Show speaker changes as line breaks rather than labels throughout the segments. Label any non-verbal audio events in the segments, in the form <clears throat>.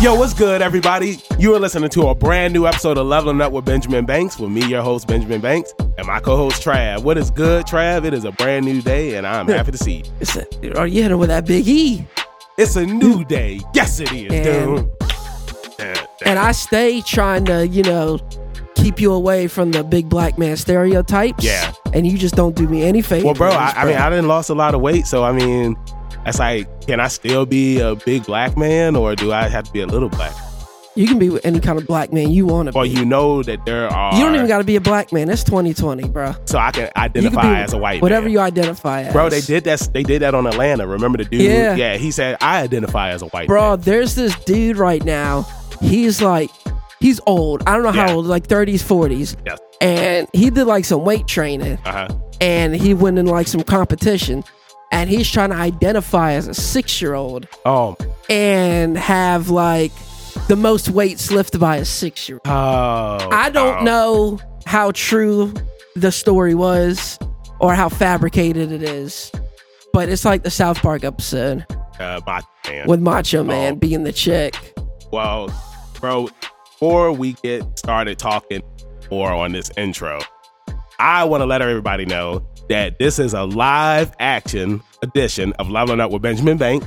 Yo, what's good, everybody? You are listening to a brand new episode of Leveling Up with Benjamin Banks with me, your host, Benjamin Banks, and my co host, Trav. What is good, Trav? It is a brand new day, and I'm happy to see you.
It's a, are you hitting with that big E?
It's a new day. Yes, it is,
And-
dude. Yeah,
And I stay trying to, you know, keep you away from the big black man stereotypes.
Yeah.
And you just don't do me any favors.
Well, bro, I, I mean, I didn't lost a lot of weight, so I mean, that's like, can I still be a big black man, or do I have to be a little black?
you can be with any kind of black man you want to
Well,
be.
you know that there are.
You don't even got to be a black man. That's 2020, bro.
So I can
You
identify
can be
as a white.
Whatever
man.
you identify as.
Bro, they did that. They did that on Atlanta. Remember the dude?
Yeah.
he said I identify as a white.
Bro,
man."
there's this dude right now. He's like, he's old. I don't know
Yeah.
how old, like 30s, 40s.
Yes.
And he did like some weight training.
Uh-huh.
and he went in like some competition and he's trying to identify as a six year old
Oh,
and have like the most weights lifted by a six year old.
oh.
I don't
oh.
know how true the story was or how fabricated it is, but it's like the South Park episode
Uh, my man.
with Macho Man
Oh.
being the chick.
Well, bro, before we get started talking more on this intro, I want to let everybody know that this is a live action edition of Leveling Up with Benjamin Bank.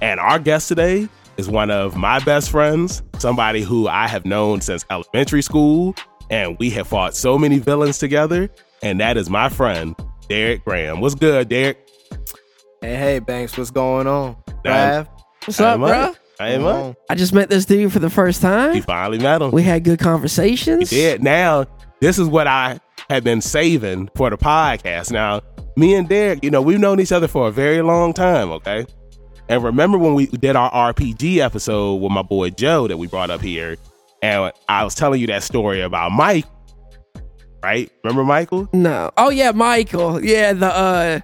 And our guest today is one of my best friends, somebody who I have known since elementary school. And we have fought so many villains together. And that is my friend, Derek Graham. What's good, Derek?
Hey, hey, Banks, what's going on?
Nah,
Rav,
What's up,
Hey, man.
bro?
Hey,
what's
man.
going
I just met this dude for the first
You
time.
finally met him.
We had good
He
conversations.
did. Now, this is what I have been saving for the podcast. Now, me and Derek, you know, we've known each other for a very long time, okay? And remember when we did our RPG episode with my boy Joe that we brought up here, and I was telling you that story about Mike, right? Remember Michael?
No. Oh yeah, Michael. Yeah, the uh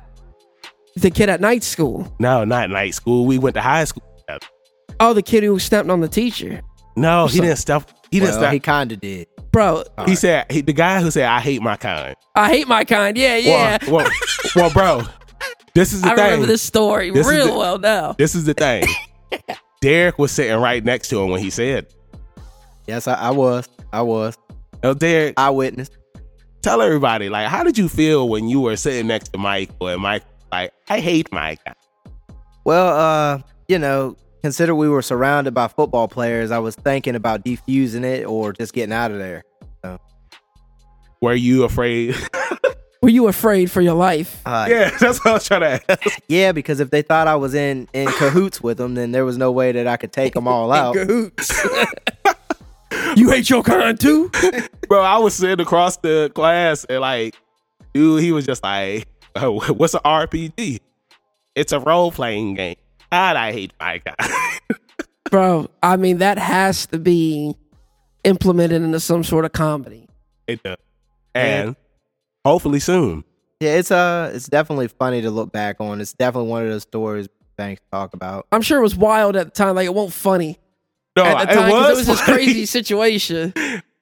the kid at night school.
No, not night school. We went to high school. together.
Oh, the kid who stepped on the teacher.
No, he
So-
didn't stuff. He
on?
didn't
Well, he
stuff.
kind of did.
Bro,
He, said he, the guy who said I hate my kind.
I hate my kind. Yeah, yeah.
Well, well, well, bro, this is the
<laughs> I
thing.
remember this story
This is
real
the-
well now.
This is the <laughs> thing. Derek was sitting right next to him when he said,
Yes, I, I was. I was.
"Oh, Derek,
Eyewitness.
tell everybody like, how did you feel when you were sitting next to Michael and Mike like, I hate Mike.
Well, uh, you know, consider we were surrounded by football players. I was thinking about defusing it or just getting out of there.
Were you afraid? <laughs>
Were you afraid for your life?
Uh, yeah.
yeah, that's what I was trying to. Ask.
because if they thought I was in in cahoots with them, then there was no way that I could take them all
<laughs>
out.
Cahoots. you hate your kind too?
<laughs> Bro, I was sitting across the class and like, dude, he was just like, <laughs> oh, "What's an RPG? It's a role playing game." God, I hate Mike. <laughs>
Bro, I mean that has to be implemented into some sort of comedy.
it does, uh, and hopefully soon.
Yeah, it's uh, it's definitely funny to look back on. It's definitely one of those stories Banks talk about.
I'm sure it was wild at the time, like it wasn't funny
No,
at the time because it was this
Oh, funny. <laughs>
crazy situation.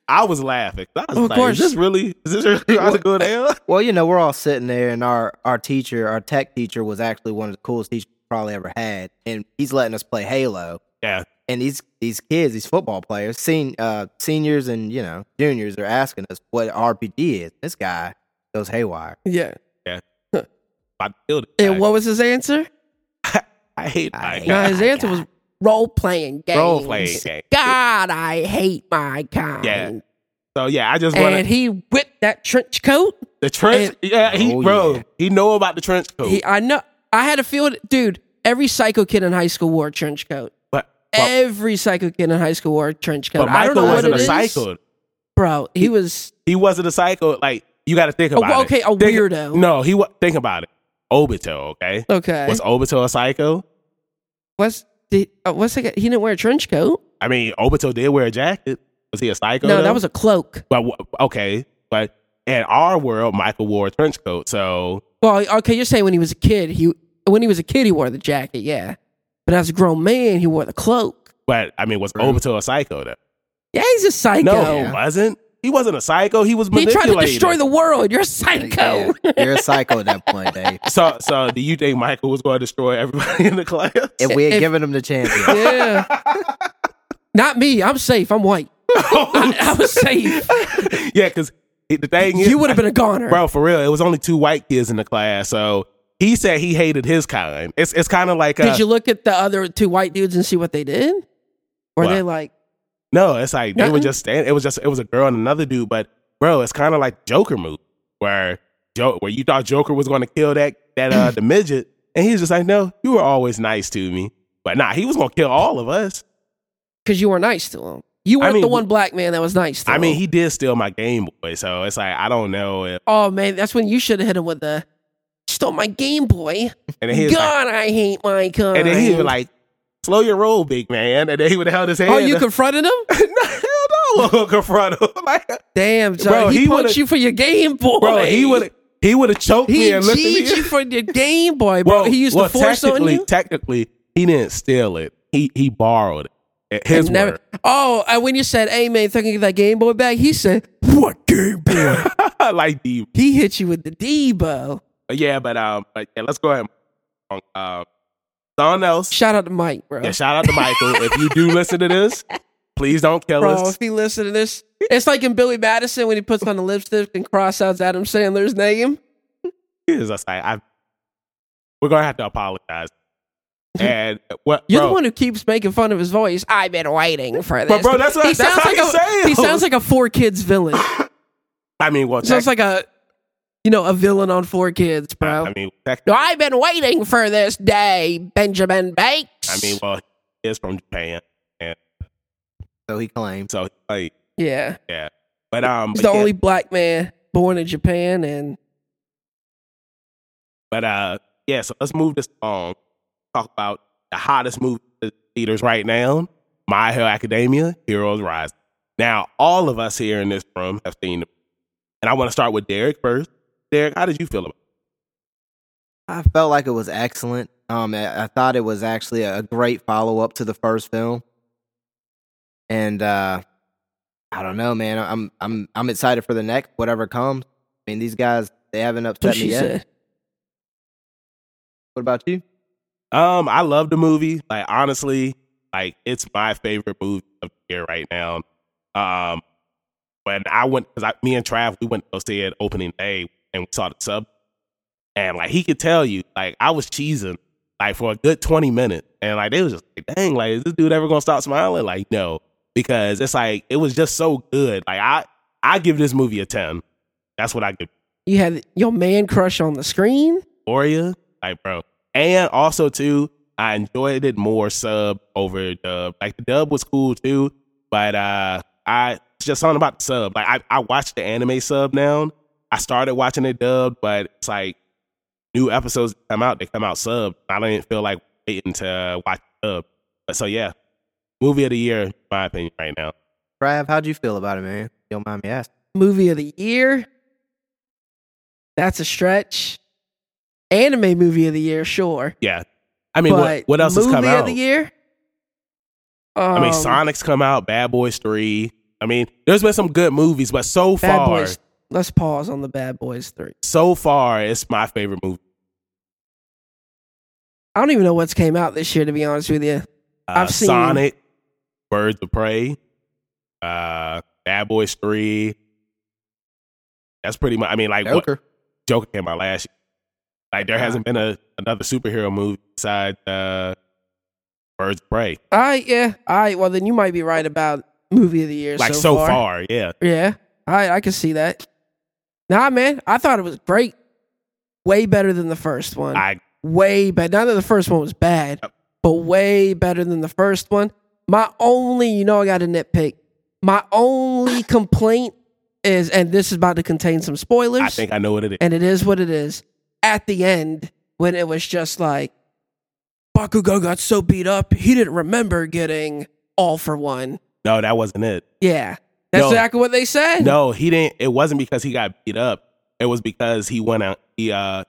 I was laughing. I was
Of
like,
course.
Is this really? Is this really how to go down?
Well, you know, we're all sitting there, and our our teacher, our tech teacher, was actually one of the coolest teachers we probably ever had, and he's letting us play Halo.
Yeah.
And these these kids, these football players, sen- uh, seniors and you know juniors, are asking us what RPG is. This guy goes haywire.
Yeah.
I killed it.
And what was his answer?
I hate my
I hate
No,
guy.
his answer was role playing games.
Role playing game.
God, I hate my kind.
Yeah. So yeah, I just
And
wanted
he whipped that trench coat.
the trench. yeah, he
Oh,
bro,
yeah.
he know about the trench coat.
He, I know. I had a feel, dude. Every psycho kid in high school wore a trench coat.
but but,
every psycho kid in high school wore a trench coat.
but
I don't know
Michael
what
wasn't
it
a
is,
psycho.
bro. He was
He wasn't a psycho. Like you got to think
a,
about it.
Oh, okay, a
Think-
weirdo.
No, he wa- think about it. Obito, okay.
Okay,
Was Obito a psycho?
what's did, uh, what's the, guy- he didn't wear a trench coat?
I mean, Obito did wear a jacket. Was he a psycho?
No,
though?
that was a cloak.
But wh- okay, but in our world, Michael wore a trench coat. So
Well, okay, you're saying when he was a kid, he when he was a kid he wore the jacket, yeah. But as a grown man, he wore the cloak.
But I mean, was
True.
Obito a psycho though?
Yeah, he's a psycho.
No, he wasn't. He wasn't a psycho. He was
He tried
manipulated.
to destroy the <laughs> world. You're a
Yeah,
psycho.
you're a psycho at that point, Dave.
So, so do you think Michael was going to destroy everybody in the class? <laughs>
If we had
If-
given him the chance, yeah.
Yeah. Not me. I'm safe. I'm white. I, I was safe.
yeah, because the thing is,
You would have been a goner.
bro, for real. It was only two white kids in the class, so he said he hated his kind. It's it's kind of like uh,
Did you look at the other two white dudes and see what they did? Or
What?
they like,
no, it's like they were
Nothing?
just stand. It was just it was a girl and another dude, but bro, it's kind of like Joker move where jo- where you thought Joker was going to kill that that uh the midget, and he was just like, no, you were always nice to me, but nah, he was going to kill all of us.
because you were nice to him. You
I
weren't
mean,
the one black man that was nice to
I
him.
mean, he did steal my Game Boy, so it's like I don't know if.
oh man, that's when you should have hit him with the stole my Game Boy.
And then he was like,
God, I hate my kind.
and then he was like, slow your roll, big man, and then he would have held his hand.
oh, you confronted him?
<laughs> no, hell no, <laughs> I'll confront him. Like,
Damn, John,
Bro,
he,
he would've-
punched you for your Game Boy.
bro, he would he would have choked
He
me and looked at me.
G'd you for your Game Boy, bro. he used
well,
to force on
technically-
you.
Technically, he didn't steal it. He he borrowed it. His
And never-
word.
Oh, and when you said, "Hey man, think I can get that Game Boy back," he said, "What Game Boy?"
<laughs> like the
he hit you with the Debo.
yeah, but um, but yeah, let's go ahead. and- Um, someone else.
Shout out to Mike, bro.
Yeah, shout out to Michael. if you do listen to
<laughs>
this, please don't kill
bro,
us.
if he listened to this, it's like in Billy Madison when he puts on the lipstick and cross outs Adam Sandler's name.
It's just like, I, we're gonna have to apologize.
<laughs>
And what
You're
bro,
the one who keeps making fun of his voice. I've been waiting for this.
But bro, that's what
he
I- that's
sounds
how
like
you
a
say it.
he sounds like a four kids
<coughs>
villain.
I mean, well,
sounds
tech-
like a you know a villain on four kids, bro.
I mean, tech-
No, I've been waiting for this day, Benjamin Bakes.
I mean, well, he is from Japan,
So he claimed.
so like,
yeah,
but um,
he's
but
the
yeah,
only black man born in Japan, and
But uh, yeah. So let's move this on. Talk about the hottest movie in theaters right now: My Hero Academia, Heroes Rise. Now, all of us here in this room have seen it, and I want to start with Derek first. Derek, how did you feel about? it?
I felt like it was excellent. Um, I, I thought it was actually a great follow up to the first film, and uh, I don't know, man. I'm I'm I'm excited for the next whatever comes. I mean, these guys they haven't
so
upset me
she
yet.
said,
What about you?
Um, I love the movie. Like honestly, like it's my favorite movie of the year right now. Um, when I went, cause I, me and Trav, we went to go see it opening day, and we saw the sub, and like he could tell you, like I was cheesing like for a good twenty minutes, and like they was just like, dang, like is this dude ever gonna stop smiling? Like no, because it's like it was just so good. Like I, I give this movie a ten. That's what I give.
you had your man crush on the screen.
Euphoria, like bro. And also too, I enjoyed it more sub over dub. Like the dub was cool too, but uh I it's just something about the sub. Like I, I watched the anime sub now. I started watching it dubbed, but it's like new episodes come out, they come out sub. I didn't feel like waiting to watch dub. But so yeah. Movie of the year, in my opinion, right now.
Trav, how'd you feel about it, man? If You don't mind me asking.
Movie of the year. That's a stretch. Anime movie of the year, sure.
Yeah. I mean what,
but
what else has
movie
come out?
of the year?
I mean,
Um,
Sonic's come out, Bad Boys Three. I mean, there's been some good movies, but so
Bad
far,
Boys. Let's pause on the Bad Boys three.
so far, it's my favorite movie.
I don't even know what's came out this year, to be honest with you.
Uh,
I've seen-
Sonic, Birds of Prey, uh, Bad Boys Three. That's pretty much. I mean, like what Joker came out last year. Like there hasn't been a another superhero movie besides uh, Birds of Prey.
All right, yeah. All right, well then you might be right about movie of the year.
Like so, far. yeah.
Yeah. All right, I can see that. Nah, man, I thought it was great. Way better than the first one.
I
way better. Not that the first one was bad,
Yep.
but way better than the first one. My only, you know, I got a nitpick. My only complaint is, and this is about to contain some spoilers.
I think I know what it is.
and it is what it is. At the end, when it was just like Bakugo got so beat up, he didn't remember getting all for one.
No, that wasn't it.
Yeah, that's
No.
exactly what they <laughs> said.
No, he didn't. It wasn't because he got beat up. It was because he went out. He uh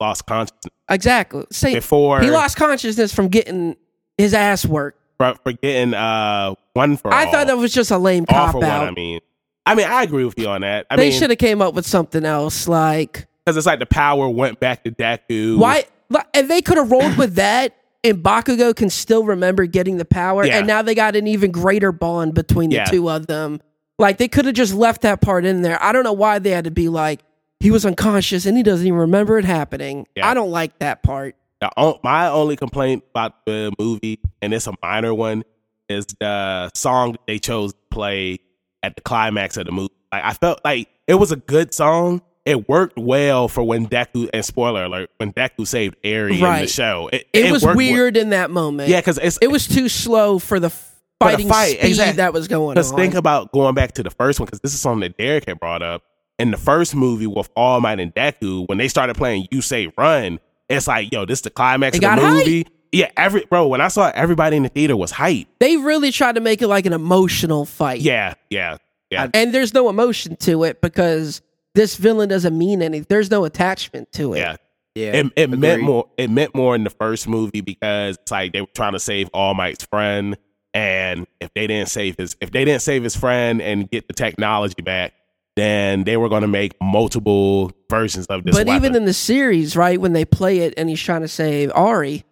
lost consciousness
exactly. Same.
before
he lost consciousness from getting his ass worked.
for, for getting uh one for
I
all.
thought that was just a lame
all
cop
for
out.
one. I mean, I mean, I agree with you on that. I
they
mean,
should have came up with something else. Like
because it's like the power went back to Deku.
why? li- And they could have rolled with that and Bakugo can still remember getting the power,
Yeah.
and now they got an even greater bond between the
Yeah.
two of them. Like they could have just left that part in there. I don't know why they had to be like he was unconscious and he doesn't even remember it happening.
Yeah.
I don't like that part.
The, o- my only complaint about the movie, and it's a minor one, is the song that they chose to play at the climax of the movie. Like I felt like it was a good song. It worked well for when Deku and spoiler alert when Deku saved Eri in the
Right.
show. It,
It,
it
was
worked
weird in that moment.
Well. Yeah, because it's
it was too slow for the
the
fighting
fight,
speed
exact-
that was going on.
Because think about going back to the first one, because this is something that Derek had brought up. In the first movie with All Might and Deku, when they started playing You Say Run, it's like, yo, this is the climax
It
of the
got
movie. Yeah, every bro, when I saw it, everybody in the theater was hype.
they really tried to make it like an emotional fight.
Yeah, yeah.
and there's no emotion to it because this villain doesn't mean anything. There's no attachment to it.
Yeah.
Yeah,
It, it meant
agreed.
more it meant more in the first movie because it's like they were trying to save All Might's friend. And if they didn't save his if they didn't save his friend and get the technology back, then they were gonna make multiple versions of this.
but
weapon.
even in the series, right when they play it and he's trying to save Ari,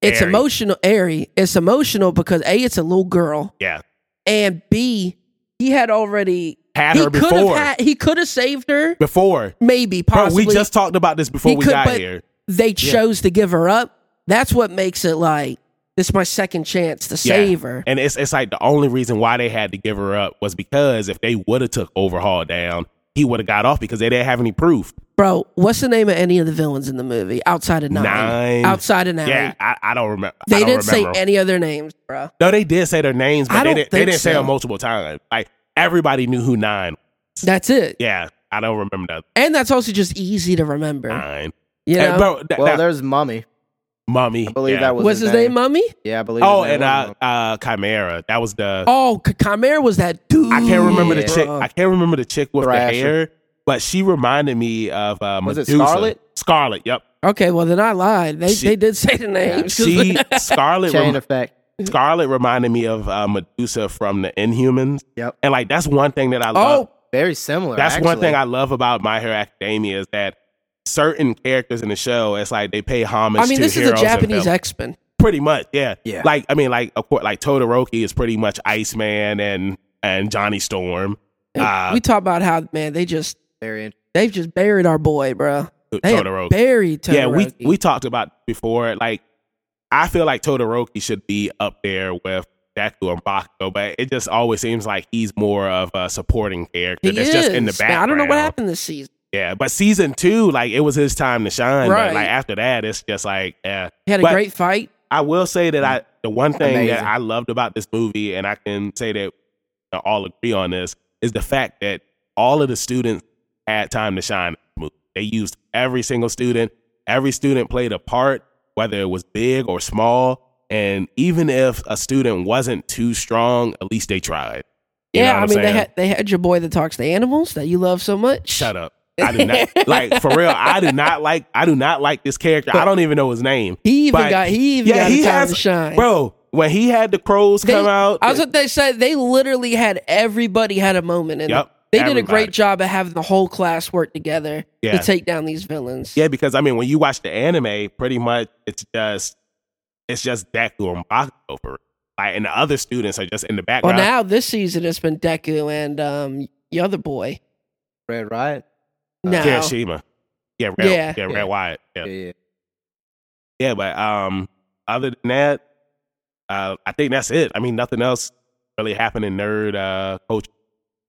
it's
Ari.
emotional. Ari, it's emotional because a, it's a little girl,
yeah.
and b, he had already
Had
he
her
could have
before.
had he could have saved her,
before.
maybe
Bro,
possibly.
we just talked about this before
He
we
could,
got
but-
here.
they chose to give her up. That's what makes it like this. Is my second chance to
Yeah.
save her.
And it's it's like the only reason why they had to give her up was because if they would have took Overhaul down, he would have got off because they didn't have any proof.
Bro, what's the name of any of the villains in the movie outside of Nine?
Nine.
Outside of Nine.
Yeah, I, I don't remember. I
They
don't
didn't
remember.
say any of their names, bro.
no, they did say their names, but
I
they
don't
didn't, they
think
didn't say them
so.
multiple times. Like everybody knew who Nine.
That's it.
Yeah, I don't remember the other
And that's also just easy to remember.
Nine.
you
Uh, And
know?
bro, th-
Well,
that-
there's Mummy.
Mummy.
I believe
yeah.
that was
What's his name, Mummy?
Yeah, I believe.
Oh,
his name
and
was
uh,
Mummy.
uh, Chimera. That was the
Oh, K- Chimera was that dude.
I can't remember the
Yeah.
chick. I can't remember the chick with
Thrasher.
the hair, but she reminded me of uh,
Was it
Medusa.
Scarlet?
Scarlet. Yep.
Okay, well then I lied. They
She-
they did say the names. <laughs> 'cause-
She Scarlet.
Chain
Rem-
Effect.
Scarlet reminded me of uh, Medusa from the Inhumans.
Yep.
And like that's one thing that I love.
oh,
Very similar.
that's one
actually.
thing I love about My Hero Academia is that certain characters in the show, it's like they pay homage.
I mean,
to
this is
Uh, heroes
a
in
Japanese
film.
X Men.
pretty much. Yeah.
Yeah.
Like I mean, like of course, like Todoroki is pretty much Iceman and and Johnny Storm. Uh,
we talk about how man they just
Very interesting.
they've just buried our boy, bro. They have
Todoroki.
buried Todoroki.
Oh, Yeah, we we talked about before. Like, I feel like Todoroki should be up there with Deku and Bakugo, but it just always seems like he's more of a supporting character
he
that's
is.
just in the
Man,
background.
I don't know what happened this season.
Yeah, but season two, like, it was his time to shine. But
Right.
like after that, it's just like, yeah.
He had a
But-
great fight.
I will say
Mm.
that I the one thing that
Amazing.
I loved about this movie, and I can say that we all agree on this, is the fact that all of the students had time to shine. in the movie. They used every single student. Every student played a part, whether it was big or small. And even if a student wasn't too strong, at least they tried. You know
yeah,
what
I
I'm
mean they
saying?
had they had your boy that talks to animals that you love so much.
Shut up. I do
<laughs>
not like for real. I do not like. I do not like this character. I don't even know his name,
He even
But-
got he even
Yeah,
got a
he
time
has-
to shine.
bro. When he had the crows
They-
come out,
I was what they said. They literally had everybody had a moment, and
Yep,
they did a
everybody.
great job of having the whole class work together
Yeah.
to take down these villains.
Yeah, because I mean, when you watch the anime, pretty much it's just it's just Deku and Bakugo for it. like, and the other students are just in the
Well,
background.
Oh, now this season it's been Deku and um the other boy.
Red Riot. Uh,
No,
Kirishima, yeah, Red, yeah,
Yeah.
yeah, Red
Yeah.
Wyatt, yeah.
Yeah.
yeah,
yeah.
But um, other than that, uh, I think that's it. I mean, nothing else really happened in nerd uh culture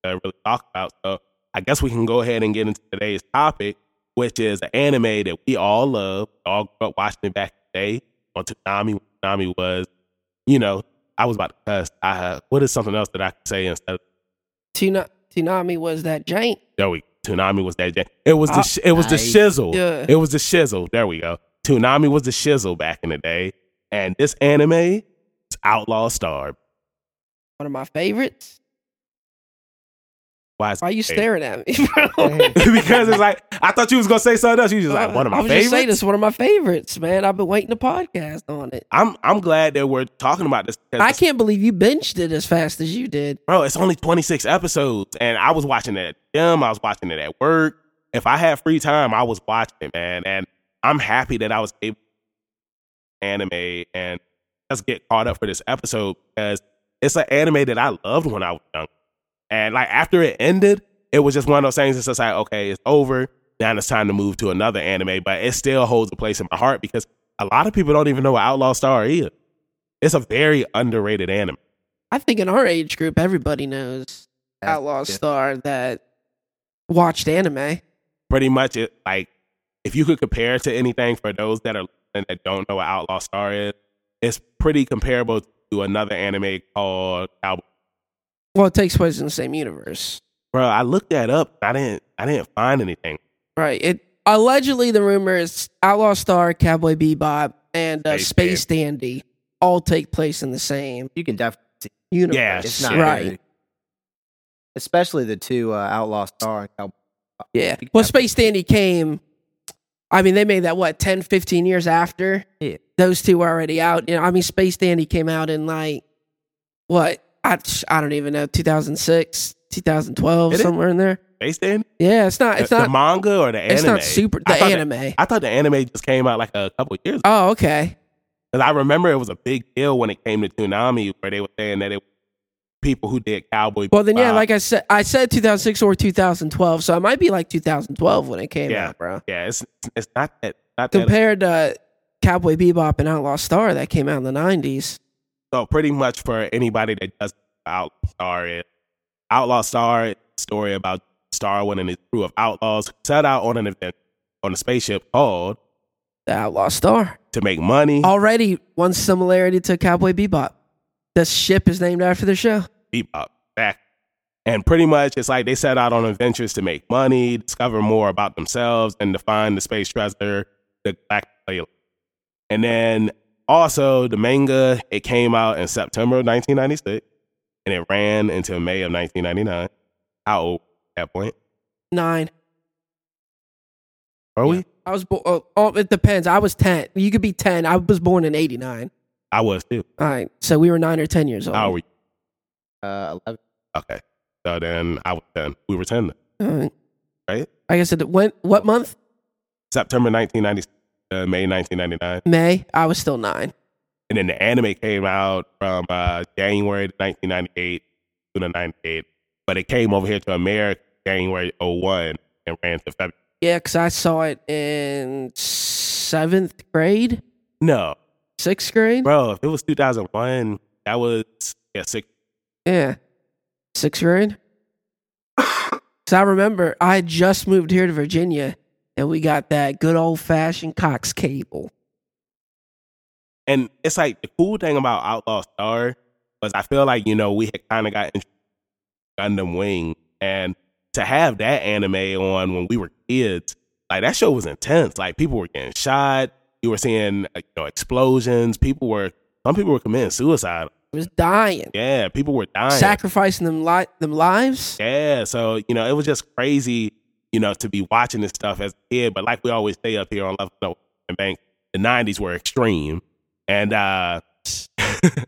to really talk about. So I guess we can go ahead and get into today's topic, which is an anime that we all love. We all grew up watching it back in the day on Toonami. Toonami was, you know, I was about to cuss. I, uh, what is something else that I could say instead of
Tuna- Tsunami was that giant.
there we Toonami was that jam. It was the
Uh,
sh- it was the
nice.
shizzle.
Yeah.
It was the shizzle. There we go. Toonami was the shizzle back in the day, and this anime is Outlaw Star.
One of my favorites.
Why is
Why are you staring at me, <laughs> bro?
<laughs> because it's like I thought you was gonna say something else. You just like one of
Uh, I
my
was just saying
favorites.
it's one of my favorites, man. I've been waiting to podcast on it.
I'm I'm glad that we're talking about this because
I can't believe you benched it as fast as you did.
bro, it's only 26 episodes, and I was watching it at the gym. I was watching it at work. If I had free time, I was watching it, man. And I'm happy that I was able anime and let's get caught up for this episode because it's an anime that I loved when I was young. And like after it ended, it was just one of those things it's just like, okay, it's over. Now it's time to move to another anime, but it still holds a place in my heart because a lot of people don't even know what Outlaw Star is. It's a very underrated anime.
I think in our age group, everybody knows Outlaw Star that watched anime.
Pretty much it like if you could compare it to anything for those that are and that don't know what Outlaw Star is, it's pretty comparable to another anime called Cowboy.
Well, it takes place in the same universe,
Bro, I looked that up. I didn't I didn't find anything.
right? It allegedly the rumor is Outlaw Star, Cowboy Bebop, and uh,
Space
Space Dandy all take place in the same
You can definitely. see
universe.
Yes,
It's not
right.
good. Especially the two uh, Outlaw Star and Cowboy.
Yeah.
You
Well,
got-
Space Dandy came. I mean, they made that what 10, 15 years after.
Yeah.
Those two were already out. You know, I mean, Space Dandy came out in like what? I, I don't even know. 2006, 2012,
Did it?
somewhere in there.
Space Dandy?
Yeah, it's not. It's
the,
not.
the manga or the anime?
it's not super. The
I thought,
anime.
The, I thought the anime just came out like a couple years ago.
oh, okay.
Because I remember it was a big deal when it came to Toonami where they were saying that it was people who did Cowboy
Well, then yeah,
Bebop.
like I said, I said 2006 or 2012, so it might be like 2012 when it came
Yeah.
out, bro.
Yeah, it's it's not that not that
Compared to Cowboy Bebop and Outlaw Star that came out in the 90s.
So pretty much for anybody that doesn't know what Outlaw Star is Outlaw Star is a story about Starwin and his crew of outlaws who set out on an event on a spaceship called
The Outlaw Star.
to make money
Already one similarity to Cowboy Bebop. The ship is named after the show.
bebop back. And pretty much it's like they set out on adventures to make money, discover more about themselves, and to find the space treasure, the Black Playlist. And then also the manga, it came out in September of 1996 and it ran until May of 1999. How old at that point?
Nine.
Are we?
I was born. Oh, oh, it depends. I was 10. You could be 10. I was born in 89.
I was too.
All right. So we were nine or 10 years old.
How were you?
Uh, 11.
Okay. So then I was 10. We were 10 then.
All right.
Right?
Like I said, when, what month?
September 1996 to May 1999.
May. I was still nine.
and then the anime came out from uh, January 1998 to the 98, but it came over here to America January 01 and ran to February.
Yeah, because I saw it in seventh grade,
No,
sixth grade.
bro, if it was 2001, that was yeah six.
Yeah, sixth grade. <coughs> so I remember I had just moved here to Virginia, and we got that good old fashioned Cox cable.
And it's like the cool thing about Outlaw Star was I feel like you know we had kind of got into Gundam Wing, and to have that anime on when we were kids, like that show was intense. Like people were getting shot, you were seeing like, you know explosions, people were some people were committing suicide.
It was dying,
Yeah, people were dying.
sacrificing them li- them lives.
yeah, so you know, it was just crazy, you know, to be watching this stuff as a kid. But like we always say up here on Love No and Bank, the '90s were extreme, and uh,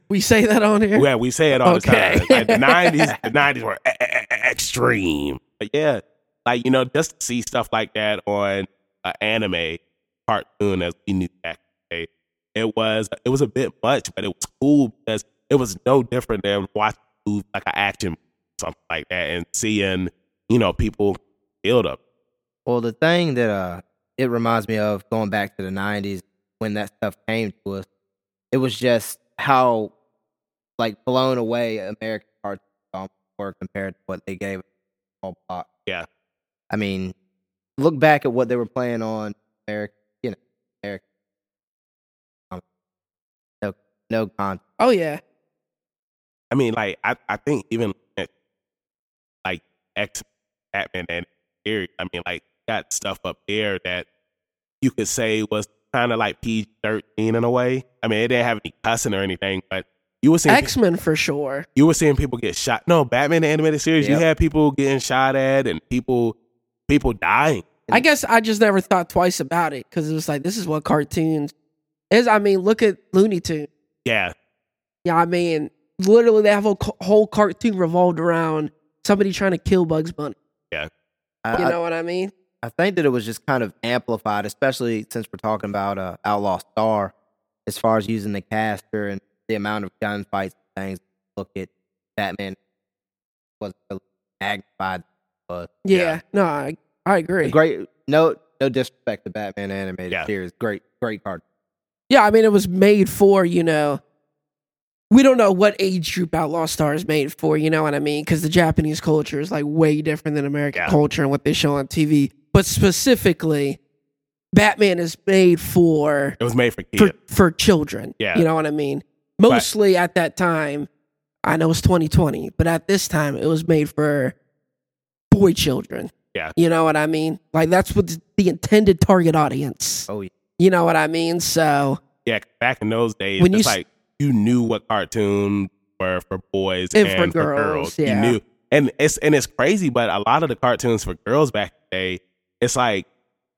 We say that on here.
yeah, we say it all
Okay.
the time. Like, the '90s,
<laughs>
the '90s were e- e- e- extreme. But yeah, like you know, just to see stuff like that on an anime cartoon as we knew back in the day, it was it was a bit much, but it was cool because it was no different than watching a movie, like an action movie, something like that and seeing you know people build up.
Well, the thing that uh, it reminds me of going back to the 90s when that stuff came to us, it was just how like blown away American cartoons um, were compared to what they gave us all block.
Yeah.
I mean, look back at what they were playing on American, you know, American. Um, no, no content.
Oh yeah,
I mean, like I, I think even like X Batman and Fury, I mean, like got stuff up there that you could say was kind of like PG thirteen in a way. I mean, it didn't have any cussing or anything, but you were seeing
X Men for sure.
you were seeing people get shot. No, Batman the animated series,
Yep.
you had people getting shot at and people people dying.
I guess I just never thought twice about it because it was like this is what cartoons is. I mean, look at Looney Tunes.
Yeah,
Yeah, I mean, literally, they have a co- whole cartoon revolved around somebody trying to kill Bugs Bunny.
I,
You
I-
know what I mean?
I think that it was just kind of amplified, especially since we're talking about uh, Outlaw Star. as far as using the caster and the amount of gunfights and things. Look at Batman was really magnified. But
Yeah. No, I, I agree.
great. No, no disrespect to Batman animated
Yeah.
series. Great, great card.
Yeah, I mean, it was made for, you know, we don't know what age group Outlaw Star is made for, you know what I mean? Because the Japanese culture is like way different than American
Yeah.
culture and what they show on TV. But specifically, Batman is made for
It was made for kids.
for, for children.
Yeah.
You know what I mean? Mostly at that time, I know it's 2020, but at this time, it was made for boy children.
Yeah.
You know what I mean? Like, that's what the intended target audience.
Oh yeah.
You know what I mean? So.
yeah, back in those days,
When you
it's
s-
like you knew what cartoons were for boys
And
and,
for
for girls.
girls, yeah.
You knew, and it's and it's crazy, but a lot of the cartoons for girls back in the day, it's like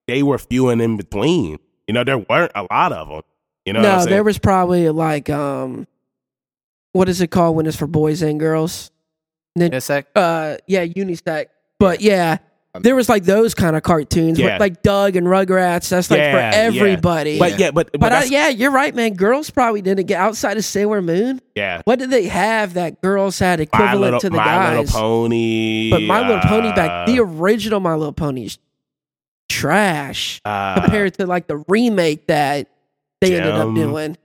they were few and in between. You know, there weren't a lot of them. You know, what I'm
no,
saying?
there was probably like um, what is it called when it's for boys and girls?
In a sec.
Uh, yeah, unisex. But yeah,
Um,
there was like those kind of cartoons, with,
Yeah.
like Doug and Rugrats. That's like
Yeah,
for
yeah.
everybody.
but
yeah.
yeah, but but,
But I,
that's,
yeah, you're right, man. Girls probably didn't get outside of Sailor Moon.
yeah,
What did they have that girls had
My
equivalent
little
to the
My
guys?
Little Pony,
but My Little Pony
uh,
back the original My Little Pony's trash
uh,
compared to like the remake that they ended up
Jim.
doing.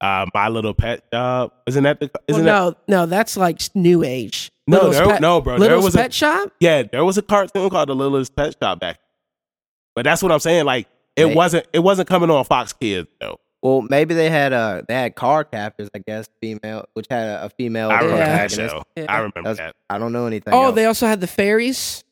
uh, My Little Pet Shop. Isn't that the? Isn't that,
well, no, no, that's like new age.
no,
Little's
there,
pet,
no, bro. There
Little's
was a
pet shop.
Yeah, there was a cartoon called The Littlest Pet Shop back. But that's what I'm saying. Like it
Right.
wasn't it wasn't coming on Fox Kids though.
Well, maybe they had uh they had car captors, I guess, female, which had a, a female.
I remember
Yeah.
that
protagonist.
show.
Yeah.
I remember
That's-
that.
I don't know anything.
Oh,
else.
they also had the fairies.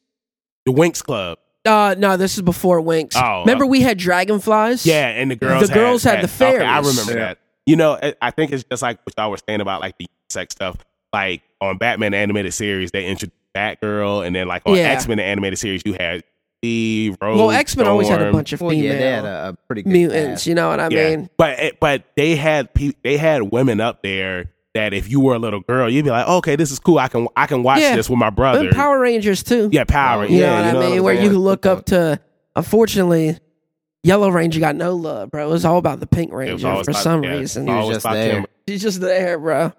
The Winx Club.
Uh, no, this is before Winx.
Oh,
remember
um,
we had dragonflies.
Yeah, and the girls.
The girls had the
okay, I
fairies.
remember
Yeah.
that. You know, I- I think it's just like what y'all were saying about like the sex stuff. Like on Batman animated series, they introduced Batgirl, and then like on
Yeah.
X Men animated series, you had the Rose.
Well, X Men always had a
Storm.
bunch of
Well,
female
yeah, they had a, a pretty good
mutants. You know what I
Yeah.
mean?
But it- but they had pe- they had women up there that if you were a little girl, you'd be like, okay, this is cool. I can I can watch
Yeah.
this with my brother.
And Power Rangers too.
yeah, power.
You
You know
yeah,
what
you know
I mean?
I'm
Where you
saying?
could look
Good
up to. Unfortunately, Yellow Ranger got no love, bro. It was all about the Pink
It was
Ranger
always
for
about-
some
yeah,
reason.
He was
always
just
about
there.
Tim.
She's just there, bro.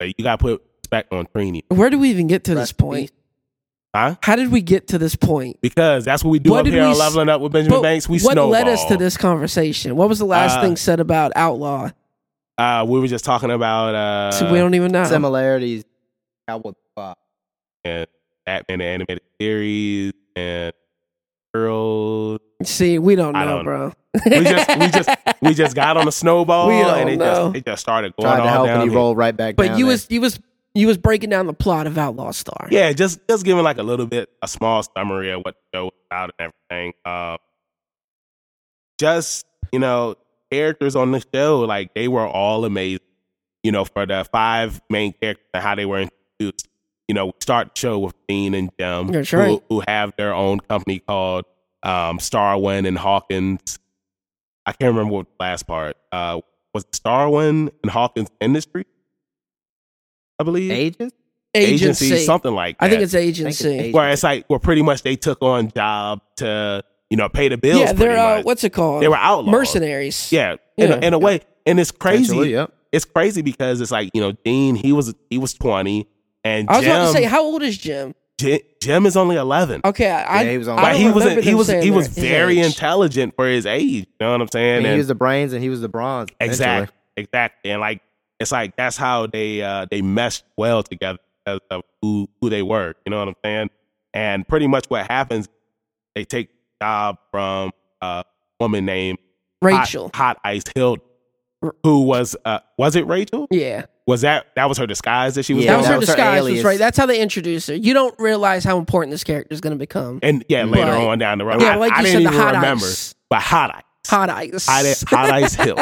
But You got to put back on Trini,
Where do we even get to this
Rest in
point?
huh?
How did we get to this point?
Because that's what we do
What
up
did
here
we
on
s-
leveling up with Benjamin
But
Banks. We
what
snowball.
led us to this conversation? What was the last
Uh,
thing said about outlaw?
Uh, we were just talking about uh,
so we don't even know.
Similarities. Cowboy Bebop.
and Batman the animated series and girls.
See, we don't
I
know,
don't-
bro.
We just- we
<laughs>
just- We just got on a snowball
We don't
and it
know.
just it just started going
Tried to
all
help and
down.
he rolled right back
but
down.
you
there.
was you was you was breaking down the plot of Outlaw Star.
yeah, just just giving like a little bit, a small summary of what the show was about and everything. Um, just you know, characters on the show, like they were all amazing. You know, for the five main characters and how they were introduced. You know, we start the show with Dean and Jim,
That's
who,
right.
who have their own company called um, Starwin and Hawkins. I can't remember what the last part uh, was. It Starwin and Hawkins Industry, I believe
agents.
agency.
something like that.
I think it's
I think it's
agency.
agents.
where it's like where pretty much they took on job to you know pay the bills.
yeah, they're
pretty
uh,
much.
what's it called?
they were outlaws,
mercenaries.
Yeah, in,
Yeah.
A, in a way, and it's
Potentially,
crazy.
Yep.
It's crazy because it's like you know Dean he was he was twenty and
I was
Jim,
about to say, how old is Jim?
Jim Jim is only eleven.
Okay, I,
yeah, he was on.
I
But
don't
he was
remember
he
them
was
saying
he was
their
very
age.
intelligent for his age. You know what I'm
I
saying?
mean,
And-
he was the brains and he was the bronze. essentially.
Exactly. Exactly. And like it's like that's how they uh they meshed well together because of who who they were. You know what I'm saying? And pretty much what happens, they take the job from a woman named Hot-
Rachel.
Hot, Ice Hill, who was uh was it Rachel?
yeah,
Was that that was her disguise that she was
Yeah,
that
going with?
was her
that was her
disguise. was
alias.
right. That's how they introduced her. You don't realize how important this character is going to become.
and yeah, later
Right.
on down the road.
yeah,
I,
like
I
you
didn't
said, the
even
hot
remember.
ice,
But Hot Ice.
hot ice,
Hot, I-
<laughs>
hot Ice Hill.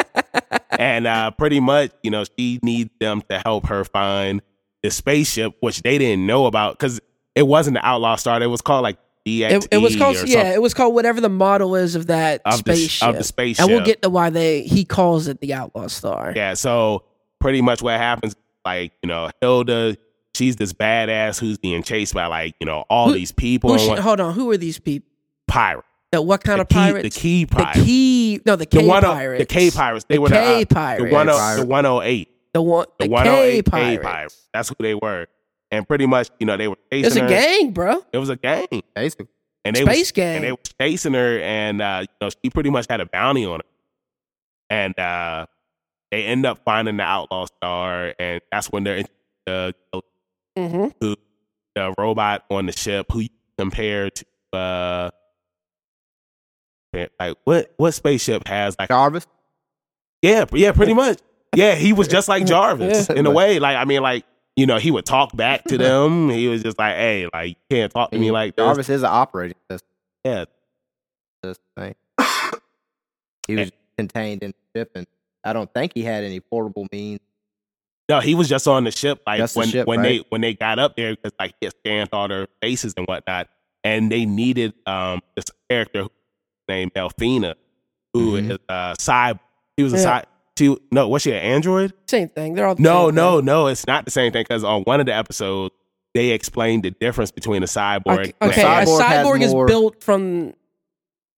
and uh, pretty much, you know, she needs them to help her find the spaceship, which they didn't know about because it wasn't the Outlaw Star. It was called like DXE
It, it was called
or
yeah.
something
It was called whatever the model is of that
of the,
spaceship.
of the spaceship.
and we'll get to why they he calls it the Outlaw Star.
yeah, so pretty much what happens, like, you know, Hilda, she's this badass who's being chased by like, you know, all
Who-
these people
Who
and
should,
what-
hold on, who are these people?
pirates.
That what kind
the
of
key,
pirates?
The key pirates.
The key. No, the K
the one oh-
pirates.
The K pirates. They
The
were
K
the, uh, the,
pirates.
10
Pirates.
the 108.
The one.
The,
The, K
108 K
pirates.
pirates. That's who they were. And pretty much, you know, they were chasing
It's a
her.
gang, bro.
It was a gang.
Basically.
And they was,
Space
and they
gang.
were chasing her, and uh, you know, she pretty much had a bounty on her. And uh, they end up finding the outlaw star, and that's when they're in the,
hmm
the robot on the ship who you compare to uh, like what what spaceship has like
Jarvis.
Yeah, yeah, pretty much. <laughs> Yeah, he was just like Jarvis in a way. Like, I mean, like, you know, he would talk back <laughs> to them. He was just like, hey, like, you can't talk to me like this.
Jarvis is an operating system.
Yeah,
This thing. he was contained in the ship, and I don't think he had any portable means.
No, he was just on the ship. Like
Just the
when
ship,
when
right?
they when they got up there, because like he had scanned all their faces and whatnot, and they needed um this character who- named Delphina, who is
Mhm.
uh cyborg. She was a
Yeah.
cy She no, was she an android?
Same thing. They're all the
No,
same
no,
thing.
no. It's not the same thing because on one of the episodes they explained the difference between a cyborg.
Okay,
and
okay,
an
a
cyborg has
cyborg is
more-
built from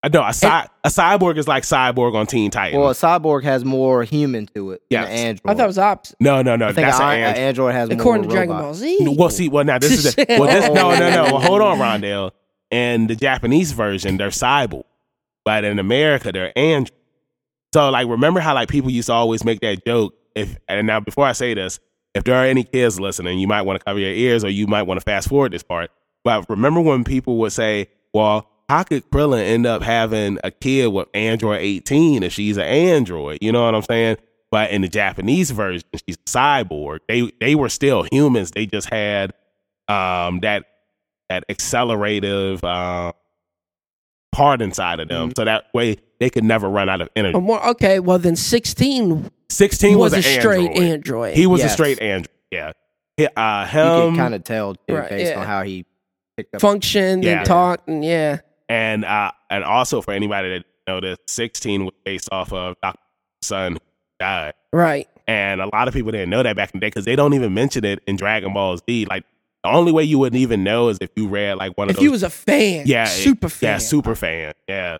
Uh, No, a, cy- a cyborg is like cyborg on Teen Titans.
Well, a cyborg has more human to it than
Yes.
an android.
I thought it was opposite.
no, no,
I
no.
think
That's
an,
an
an Uh, android.
android.
has more
According to Dragon
robot.
Ball Z.
Well, see, well, now this is the, well, this no, no, no. Well, hold on, Rondell. And the Japanese version, they're cyborg, but in America, they're android. So, like, remember how like people used to always make that joke? If and now, before I say this, if there are any kids listening, you might want to cover your ears, or you might want to fast forward this part. But remember when people would say, "Well, how could Krillin end up having a kid with Android 18 if she's an android?" You know what I'm saying? But in the Japanese version, she's a cyborg. They they were still humans. They just had um that that accelerative um part inside of
Mm.
them. So that way they could never run out of energy.
Or more, okay, well then sixteen
16 was,
was, a
an
straight
android.
android.
He was a
Yes.
straight android. Yeah. He- Uh,
You
him
can kind of tell too,
Right,
based
yeah.
on how he picked up.
functioned
Yeah.
and talked and yeah.
and uh and also for anybody that didn't know this, 16 was based off of Dr. Son who died.
Right.
And a lot of people didn't know that back in the day because they don't even mention it in Dragon Ball Z. Like the only way you wouldn't even know is if you read like one of
If
those
you was a fan,
Yeah,
yeah,
it-
super fan.
Yeah, super fan. Yeah.
I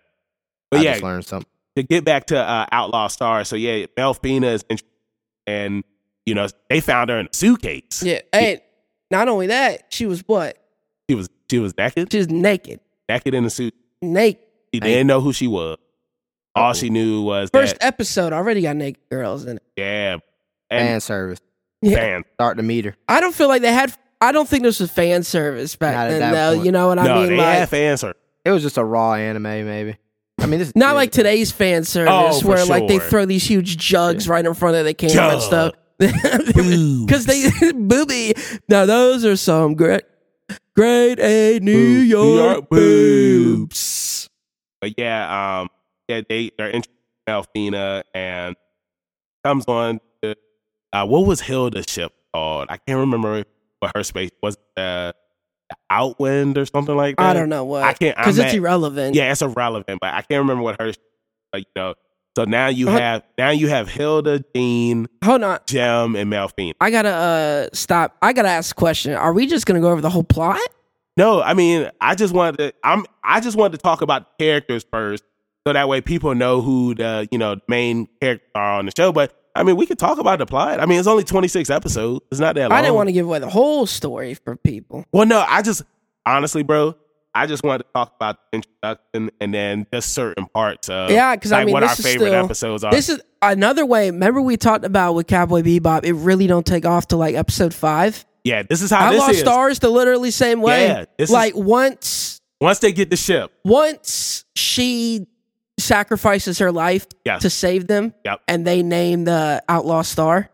But yeah,
just learned something.
to get back to uh, Outlaw Star, so yeah, Melfina is interesting, and you know they found her in a suitcase.
Yeah, and not only that, she was what?
She was she was naked,
She was naked,
naked in a suit.
naked.
She
Hey.
didn't know who she was. All she knew was
First uh,
that
episode already got naked girls in it.
yeah, and
Fan service.
Yeah.
fan.
Start the meter.
I don't feel like they had. I don't think this was fan service back
Not at
then,
that
though.
point.
You know what I
no,
mean?
they
Like,
had fans.
<laughs>
Her.
It was just a raw anime, maybe. I mean, this is <laughs>
not like today's fan service,
Oh, for
where like they
sure.
throw these huge jugs right in front of the camera and
Jug.
stuff. <laughs> Because they <laughs> booby. Now those are some great, grade A New
Boo- New
York
York boobs.
boobs.
But yeah, um, yeah, they they're interested in Alfina and comes on to uh, what was Hilda's ship called? I can't remember what her space was. it, Uh, the Outwind or something like that.
I don't know
I
what
can't
because
I'm
it's
at-
irrelevant.
Yeah, it's irrelevant, but I can't remember what her like. You know, so now you
Uh-huh.
have now you have Hilda, Dean,
Hold on,
Gem, and Malfina.
I gotta uh, stop. I gotta ask a question. Are we just gonna go over the whole plot?
No, I mean, I just wanted to. I'm. I just wanted to talk about the characters first, so that way people know who the you know main characters are on the show. But I mean, we could talk about the plot. I mean, it's only 26 episodes. It's not that long.
I didn't want to give away the whole story for people.
Well, no, I just honestly, bro. I just wanted to talk about the introduction and then just certain parts of
yeah, because
like
I mean,
what
this
our
is
favorite
still,
episodes are.
This is another way. Remember we talked about with Cowboy Bebop, it really don't take off to like episode five.
yeah, this is how
Outlaw
Ah, this is.
Stars the literally same way.
Yeah, this is-
like once,
Once they get the ship,
once she sacrifices her life
Yes.
to save them,
Yep.
and they name the Outlaw Star,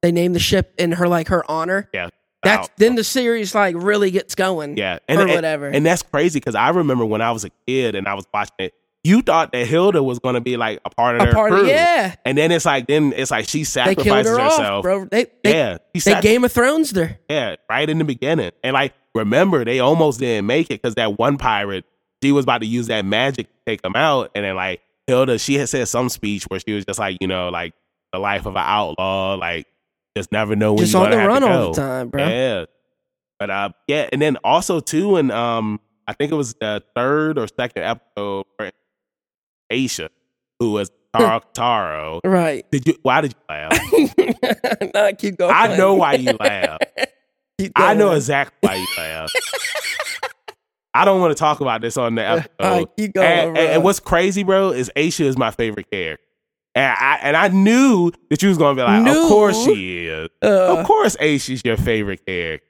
they name the ship in her like her honor.
Yeah.
That's
Out.
then the series like really gets going.
yeah,
or
and,
whatever.
And that's crazy because I remember when I was a kid and I was watching it. You thought that Hilda was going to be like a part of
a
their
part
crew,
of yeah.
and then it's like then it's like she
They killed
sacrifices
her off,
herself.
bro. They they,
yeah, she
they
sac-
Game of Thrones her.
yeah, right in the beginning, and like remember they almost didn't make it because that one pirate she was about to use that magic to take him out, and then like Hilda she had said some speech where she was just like you know like the life of an outlaw, like just never know when
Just
you're
on
gonna
the
have
run
to
all
go.
the time, bro.
Yeah. But uh yeah, and then also too in um I think it was the third or second episode where Aisha, who
<laughs>
was Taro Taro.
Right. <laughs>
Did you? Why did you laugh?
no, keep going.
I know why you
<laughs>
laugh.
Keep
I know
going.
exactly why you
<laughs>
laugh. I don't want to talk about this on the episode.
Uh, All right, keep going.
Oh. and, and-
bro.
and what's crazy, bro, is Aisha is my favorite character. And I and I knew that you was gonna be like,
Knew?
of course she is.
Uh,
of course, Aisha's your favorite character.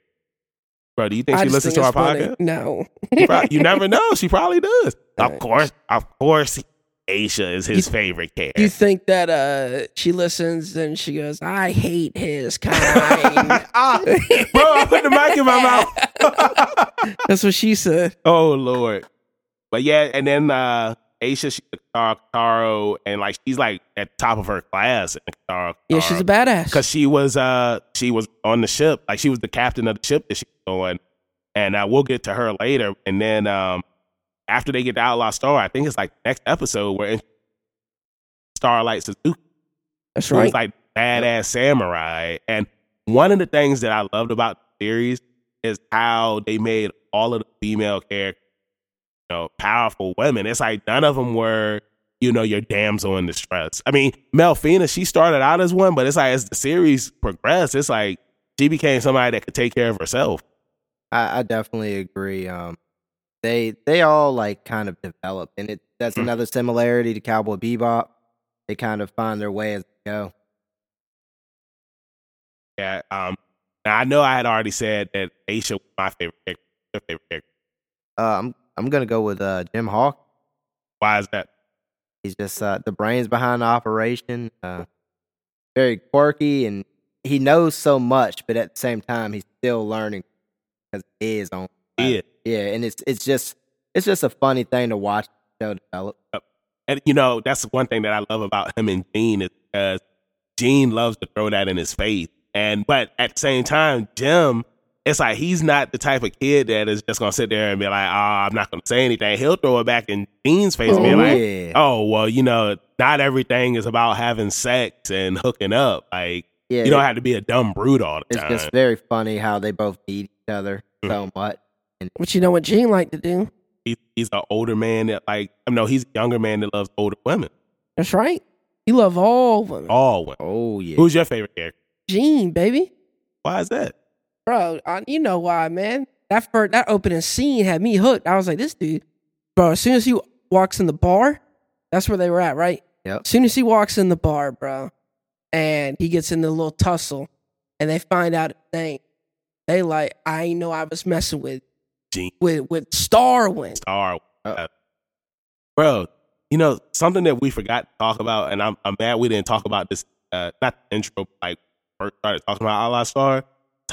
Bro, do you think
I
she
just
listens
think
to our
it's funny.
podcast?
No.
Bro, you never know. She probably
<laughs>
does. Of
Alright.
course, of course, Aisha is his
You-
favorite character.
You think that uh, she listens and she goes, I hate his kind.
Ah, <laughs> Bro, I put the mic in my mouth.
<laughs> That's what she said.
oh Lord. But yeah, and then uh Aisha she took Katara Kataro and like she's like at the top of her class in Katara
Yeah, she's a badass.
because she was uh she was on the ship like she was the captain of the ship that she was on and uh, we'll get to her later and then um after they get to outlaw star i think it's like next episode where it's starlight suzuki
That's
who's
right.
like badass samurai and one of the things that i loved about the series is how they made all of the female characters you know powerful women it's like none of them were you know, your damsel in distress. I mean, Melfina, she started out as one, but it's like as the series progressed, it's like she became somebody that could take care of herself.
I, I definitely agree. Um, they they all like kind of develop, and it that's
Mm.
another similarity to Cowboy Bebop. They kind of find their way as they go.
Yeah. Um. Now I know I had already said that Aisha was my favorite character. Your favorite character.
Uh, I'm I'm gonna go with uh, Jim Hawk.
Why is that?
He's just uh, the brains behind the operation. Uh, very quirky, and he knows so much, but at the same time, he's still learning because he is on.
Yeah.
Yeah, and it's it's just it's just a funny thing to watch the show develop.
And you know, that's one thing that I love about him and Gene is because Gene loves to throw that in his face. And but at the same time, Jim, it's like he's not the type of kid that is just gonna sit there and be like, "Oh, I'm not gonna say anything." He'll throw it back in Gene's face and be
Oh,
like,
yeah.
"Oh, well, you know, not everything is about having sex and hooking up. Like,
yeah,
you don't have to be a dumb brute all the
it's
time."
just very funny how they both need each other
Mhm.
so much.
But you know what Gene liked to do?
He- he's an older man that like, I no, he's a younger man that loves older women,
That's right. You love all women.
all women.
Oh yeah,
Who's your favorite character?
Gene, baby.
Why is that?
Bro, I, you know why, man. That first, that opening scene had me hooked. I was like, this dude, bro, as soon as he walks in the bar, that's where they were at, right?
Yep.
As soon as he walks in the bar, bro, and he gets in the little tussle, and they find out a thing, they like, I ain't know I was messing with
Gene.
with with Starwin.
Star.
Uh-oh.
Uh, Bro, you know something that we forgot to talk about, and I'm, I'm mad we didn't talk about this. Uh, not the intro, but, like first started talking about Allah Star. is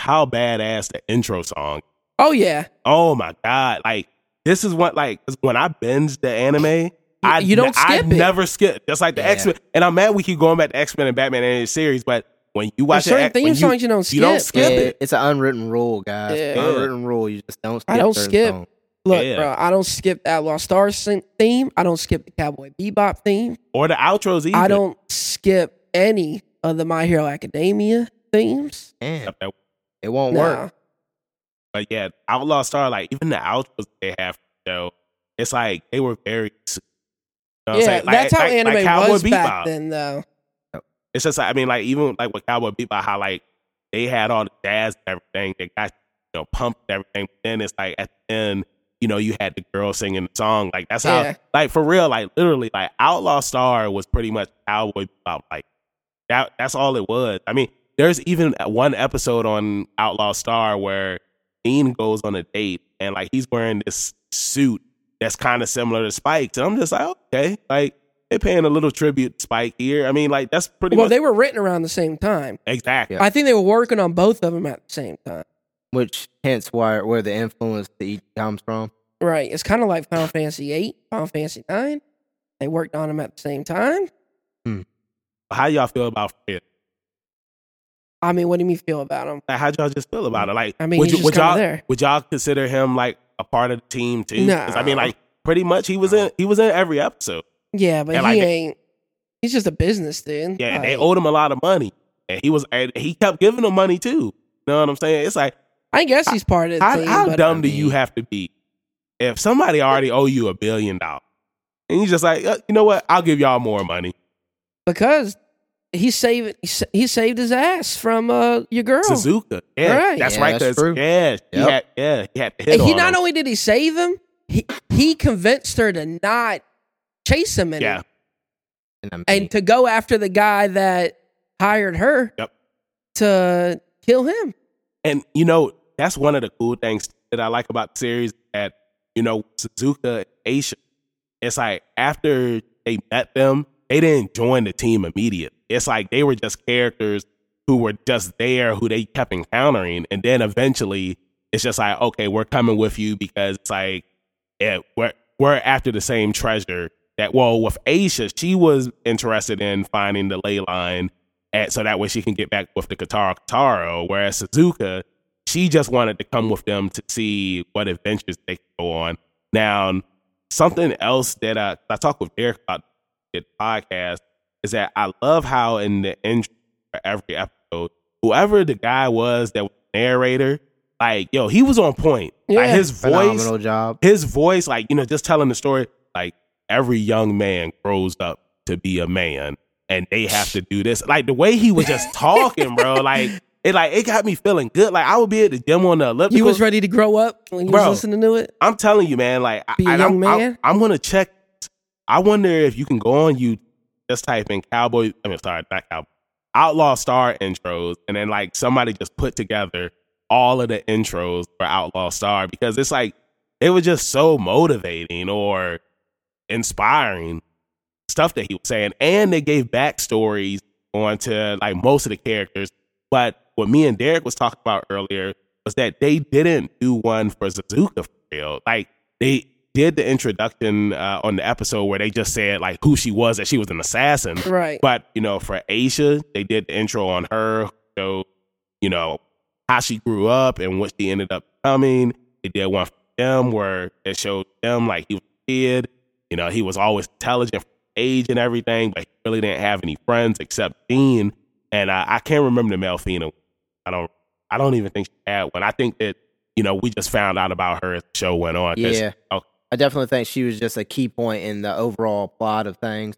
How badass the intro song!
Oh yeah,
Oh my god! Like this is what like 'cause when I binge the anime. I,
you don't
I
skip it.
never skip. Just like the
Yeah.
X Men, and I'm mad we keep going back to X Men and Batman and series. But when you
There's
watch
certain
it,
theme songs you don't skip.
you don't
yeah,
skip it.
it's an unwritten rule, guys.
Yeah.
Yeah.
Unwritten rule. You just don't. Skip
I don't
certain
skip.
songs.
Look,
Yeah.
bro, I don't skip that Lost Star sing- theme. I don't skip the Cowboy Bebop theme.
or the outros, even
I don't skip any of the My Hero Academia themes.
Man,
Except that
it won't
Nah.
work.
But yeah, Outlaw Star, like even the outros they have for the show, it's like they were very. su- You know what
yeah,
I'm saying? Like-
that's how
like- like
anime
Cowboy
was
Bebop.
back then, though.
It's just like I mean, like even like with Cowboy Bebop, how like they had all the jazz and everything, they got you know pumped and everything. But then it's like at the end, you know, you had the girl singing the song. Like that's how,
Yeah.
like for real, like literally, like Outlaw Star was pretty much Cowboy Bebop. Like that, that's all it was. I mean, there's even one episode on Outlaw Star where Dean goes on a date and like he's wearing this suit that's kind of similar to Spike's, and I'm just like, okay, like. They're paying a little tribute to Spike here. I mean, like that's pretty
Well,
much
they were written around the same time.
Exactly.
Yeah.
I think they were working on both of them at the same time.
Which hence why where the influence that each comes from.
Right. It's kind of like Final Fantasy 8, Final Fantasy 9. They worked on them at the same time.
How y'all feel about Fred?
I mean, what do you feel about them?
Like, how y'all just feel about it? Like,
I mean,
would,
he's
you,
just
would
kinda
y'all
there.
would y'all consider him like a part of the team too? 'Cause, I mean,
No.
like pretty much he was in he was in every episode.
Yeah, but
And,
he
like,
ain't. He's just a business dude.
Yeah, and
Like,
they owed him a lot of money, and he was and he kept giving them money too. You know what I'm saying? It's like
I guess he's part of the
how,
team.
how
but,
dumb
I
do you
mean-
have to be if somebody already owe you a billion dollars and you just like, "Uh, you know what? I'll give y'all more money.
because he saved he sa- he saved his ass from uh, your girl.
Suzuka. Yeah,
Right.
that's
Yeah,
right.
that's
'cause-
true.
yeah, he
Yep.
had, yeah, he had to hit
And he
on
not
him.
only did he save him, he he convinced her to not chase him anymore
Yeah,
And, I mean,
and to go after the guy that hired her
Yep.
to kill him.
and you know that's one of the cool things that I like about the series that you know Suzuka and Aisha. It's like after they met them, they didn't join the team immediately. It's like they were just characters who were just there, who they kept encountering, and then eventually it's just like, okay, we're coming with you because it's like, yeah, we're we're after the same treasure. That well, with Aisha, she was interested in finding the ley line, at, so that way she can get back with the Katara Kataro. Whereas Suzuka, she just wanted to come with them to see what adventures they could go on. Now, something else that I, I talked with Derek about the podcast is that I love how in the intro for every episode, whoever the guy was that was the narrator, like yo, he was on point. like
Yeah.
his voice,
phenomenal job.
his voice, like you know, just telling the story. Like every young man grows up to be a man, and they have to do this. Like the way he was just talking, bro. Like it, like it got me feeling good. Like I would be at the gym on the Olympics.
You was ready to grow up when you
Bro.
was listening to it.
I'm telling you, man. Like I,
Be a
and
young
I'm,
man?
I'm, I'm gonna check. I wonder if you can go on you just type in cowboy. I mean, sorry, not cowboy. Outlaw Star intros, and then like somebody just put together all of the intros for Outlaw Star because it's like they were just so motivating or inspiring stuff that he was saying, and they gave backstories onto like most of the characters. But what me and Derek was talking about earlier was that they didn't do one for Suzuka for real. Like they did the introduction uh, on the episode where they just said like who she was that she was an assassin.
Right.
But you know, for Aisha, they did the intro on her, so you know how she grew up and what she ended up becoming. They did one for them where it showed them like he was a kid. You know, he was always intelligent for his age and everything, but he really didn't have any friends except Dean. And uh, I can't remember the male female. I don't. I don't even think she had one. I think that you know we just found out about her as the show went on. 'cause-
Yeah.
okay.
I definitely think she was just a key point in the overall plot of things,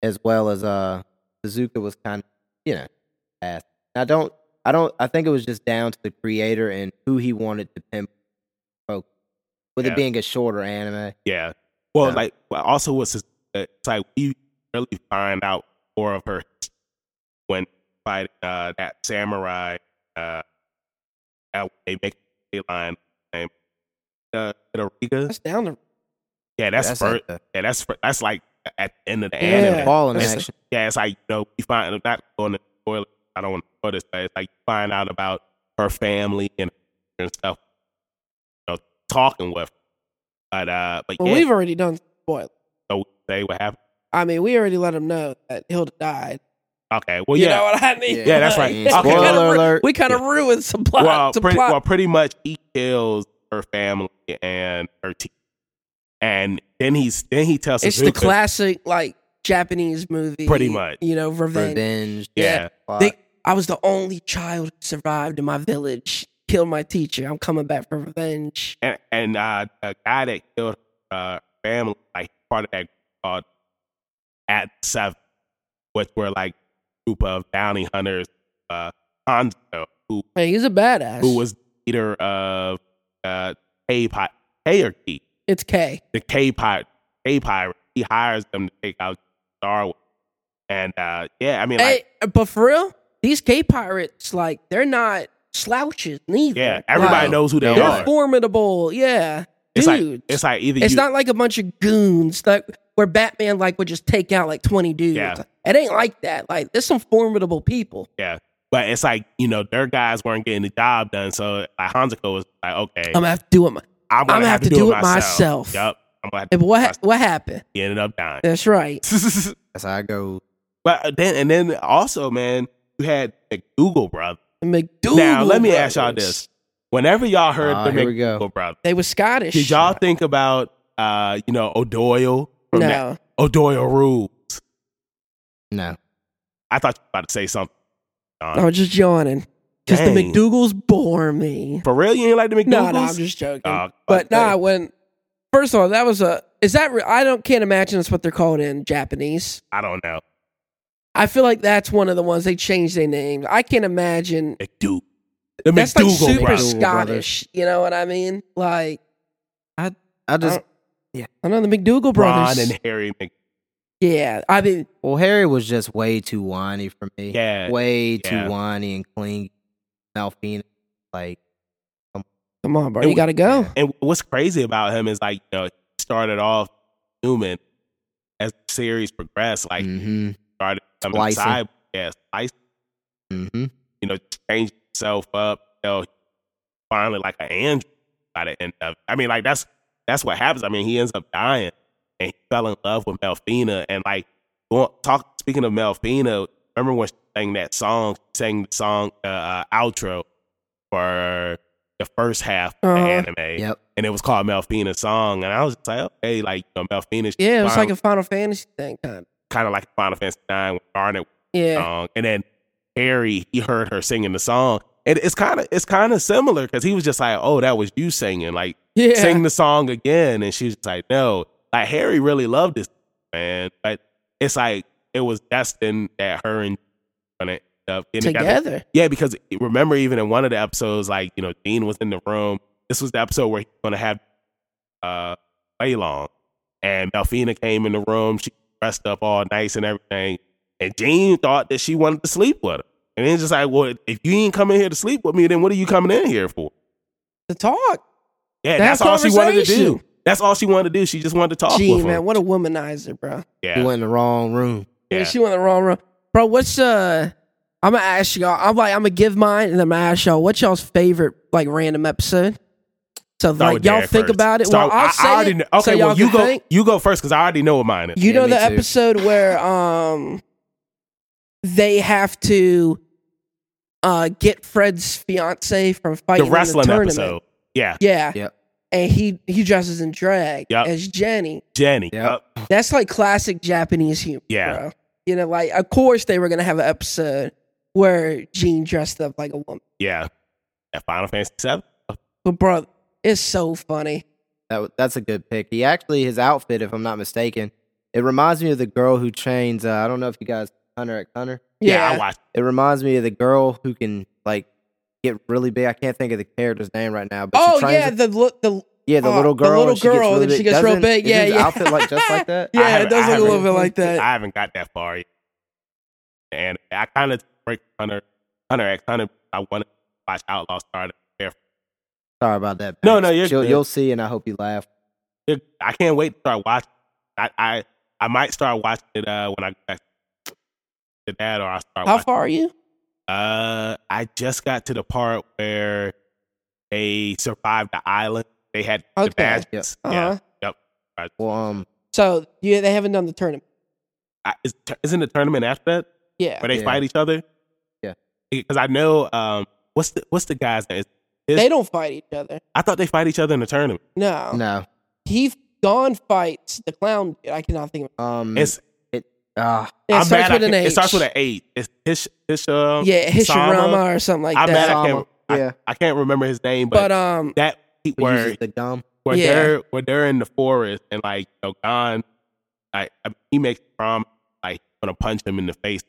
as well as uh Suzuka was kind of you know ass. I don't I don't I think it was just down to the creator and who he wanted to pimp focus. With
Yeah.
it being a shorter anime.
Yeah. Well,
Yeah.
like well, also what's his- uh, it's like we really find out more of her when fighting uh, that samurai. Uh, that they make a line name. Uh, Hidoriga?
That's down the
yeah, that's, first.
like the-
yeah, that's fir- that's like at the end of the
Yeah.
anime.
ball in
That's-
action.
Yeah, it's like you know you find I'm not going to spoil it. I don't want to spoil this, but it's like you find out about her family and, and stuff. You know, talking with, her. but uh, but
well,
yeah,
we've already done spoil.
so say what happened.
I mean, we already let him know that Hilda died.
Okay. Well,
You
yeah.
know what I mean?
Yeah.
Yeah, that's right.
Like,
Okay.
we kinda
Spoiler
ru-
alert.
We kind of ruined some plot.
well,
some
pretty,
plot.
well, pretty much he kills her family and her team, and then he's then he tells
it's
Suzuka,
the classic like Japanese movie.
Pretty much.
You know, revenge.
Revenge.
Yeah.
plot.
They- I was the only child who survived in my village. Killed my teacher. I'm coming back for revenge.
and, and uh, a guy that killed uh, family, like part of that group called at seven, which were like a group of bounty hunters, uh, Hanzo, who
Hey, he's a badass.
who was leader of uh, K Pi K or K,
It's K.
the K pirate, K pirate. He hires them to take out Star Wars, and uh, yeah, I mean, like,
Hey, but for real, these K pirates, like, they're not slouches neither.
Yeah, everybody
Like,
knows who they
They're
are.
They're formidable. Yeah.
It's
dudes.
like it's like either
It's
you,
not like a bunch of goons that where Batman like would just take out like twenty dudes.
Yeah.
It ain't like that. Like there's some formidable people.
but it's like you know their guys weren't getting the job done. So like Hanzuko was like, okay,
I'm gonna have to do it. My-
I'm
gonna Um, have to do it myself.
Yep, I'm gonna have to.
and what ha- what happened?
He ended up dying. <laughs>
That's right.
That's how I go.
but uh, then and then also, man, you had the Google brother.
The McDougal.
Now, let me ask y'all
brothers.
this. Whenever y'all heard
Ah,
the
here we go.
Google brother,
They were Scottish.
did y'all think about uh you know O'Doyle from
no.
that, O'Doyle rules?
No.
I thought you were about to say something.
I was just yawning. Because the
Dang.
McDougal's bore me.
For real, you ain't like the McDougal's?
No, no, I'm just joking.
Dog,
but
fuck that.
nah, when First of all, that was a. Is that? Re- I don't can't imagine that's what they're called in Japanese.
I don't know.
I feel like that's one of the ones they changed their names. I can't imagine.
McDougal. The
that's like
McDougal
super
brothers.
Scott-
Scottish. You know what I mean? Like
I just
I know the McDougal brothers.
Ron and Harry Mc-
yeah, I mean,
well, Harry was just way too whiny for me.
Yeah,
way
yeah.
too whiny and clingy. Malfina, like
come on, bro,
It
you got to go.
And what's crazy about him is like, you know, he started off human as the series progressed,
Mm.
like
mm-hmm,
started coming
Splicing.
side yeah, slice,
mm-hmm.
you know, changed himself up, you know, finally like an android by the end of it. I mean, like that's that's what happens. I mean, he ends up dying and he fell in love with Melfina and like going talk speaking of Melfina, remember when she sang that song, she sang the song uh, uh outro for the first half of
Uh-huh.
the anime
Yep.
and it was called Melfina's song, and I was just like, okay, like you know, Melfina,
Yeah, it was like a Final Fantasy thing, kind of.
kind of like Final Fantasy Nine with Garnet
Yeah,
song, and then Harry he heard her singing the song, and it's kind of it's kind of similar because he was just like, oh, that was you singing, like
yeah.
sing the song again, and she was just like, no, like Harry really loved this man, but it's like it was destined that her and gonna end up getting together.
together.
Yeah, because remember, even in one of the episodes, like you know, Dean was in the room. This was the episode where he's gonna have uh Waylon, and Belfina came in the room. She dressed up all nice and everything, and Dean thought that she wanted to sleep with her. And it's just like, well, if you ain't coming here to sleep with me, then what are you coming in here for?
To talk.
Yeah,
To have
that's all she wanted to do.
conversation.
That's all she wanted to do. She just wanted to talk
Gee,
with
man,
him.
what a womanizer, bro.
He
Yeah,
went in the wrong room.
Yeah.
Yeah.
she went in the wrong room. Bro, what's uh I'm gonna ask y'all. I'm like, I'm gonna give mine and I'm gonna ask y'all what's y'all's favorite like random episode? So
Start
like
with
y'all
Derek
think
first.
about it.
Start-
well, I'll
I- I
say
already
it,
kn-
so
Okay,
y'all
well, you
can
go,
think.
you go first because I already know what mine is.
You
Yeah,
know
me
the
too.
episode where um they have to uh get Fred's fiance from
The
fighting in
wrestling
tournament.
episode. Yeah,
Yeah.
Yep.
And he he dresses in drag
Yep.
as Jenny.
Jenny.
Yep.
Uh,
That's like classic Japanese humor.
Yeah.
bro. You know, like of course they were gonna have an episode where Jean dressed up like a woman.
yeah. That Final Fantasy Seven.
But bro, it's so funny.
That wa- that's a good pick. He actually his outfit, if I'm not mistaken, it reminds me of the girl who trains. Uh, I don't know if you guys Hunter X Hunter.
Yeah, I
Yeah.
watched.
It reminds me of the girl who can like get really big. I can't think of the character's name right now, but she
oh
trains
yeah, the look the
yeah, the
uh,
little
the
girl,
little
and she gets
girl,
really
and she
big.
gets real
Doesn't-
big.
isn't
Yeah,
his
yeah.
outfit like just like that.
I
<laughs> Yeah, it
haven't-
does
I
look a little
haven't-
bit like that.
I haven't got that far yet, and I kind of break Hunter, Hunter X Hunter. I want to watch Outlaw Star. to prepare for-
Sorry about that.
No,
Pax.
no, you're
You'll,
good.
you'll see, and I hope you laugh.
Dude, I can't wait to start watching. I I, I might start watching it uh, when I get back to that, or I start.
How
watching,
far are you?
Uh, I just got to the part where they survived the island. They had
Okay.
the badges.
Uh-huh.
Yeah,
Well, um,
So yeah, they haven't done the tournament.
I, is, isn't the tournament after that?
Yeah.
where they
Yeah.
fight each other.
Yeah.
because I know um, what's the what's the guy's name? It's-
They don't fight each other.
I thought they fight each other in the tournament.
No.
no,
He Dawn fights the clown dude. I cannot think of
um,
It's
ah,
it. It
I'm
starts
mad
with
I
an
can't-
H.
It starts with an eight. It's Hish Hish. Um,
Yeah, Hishirama
Sama.
or something like
I'm
that.
mad I
Sama.
can't. I,
yeah.
I can't remember his name, but,
but um
that
Who
where
uses the gum?
where
Yeah.
they're where they're in the forest and like you know, Gon, like I- he makes a promise like he's gonna punch him in the face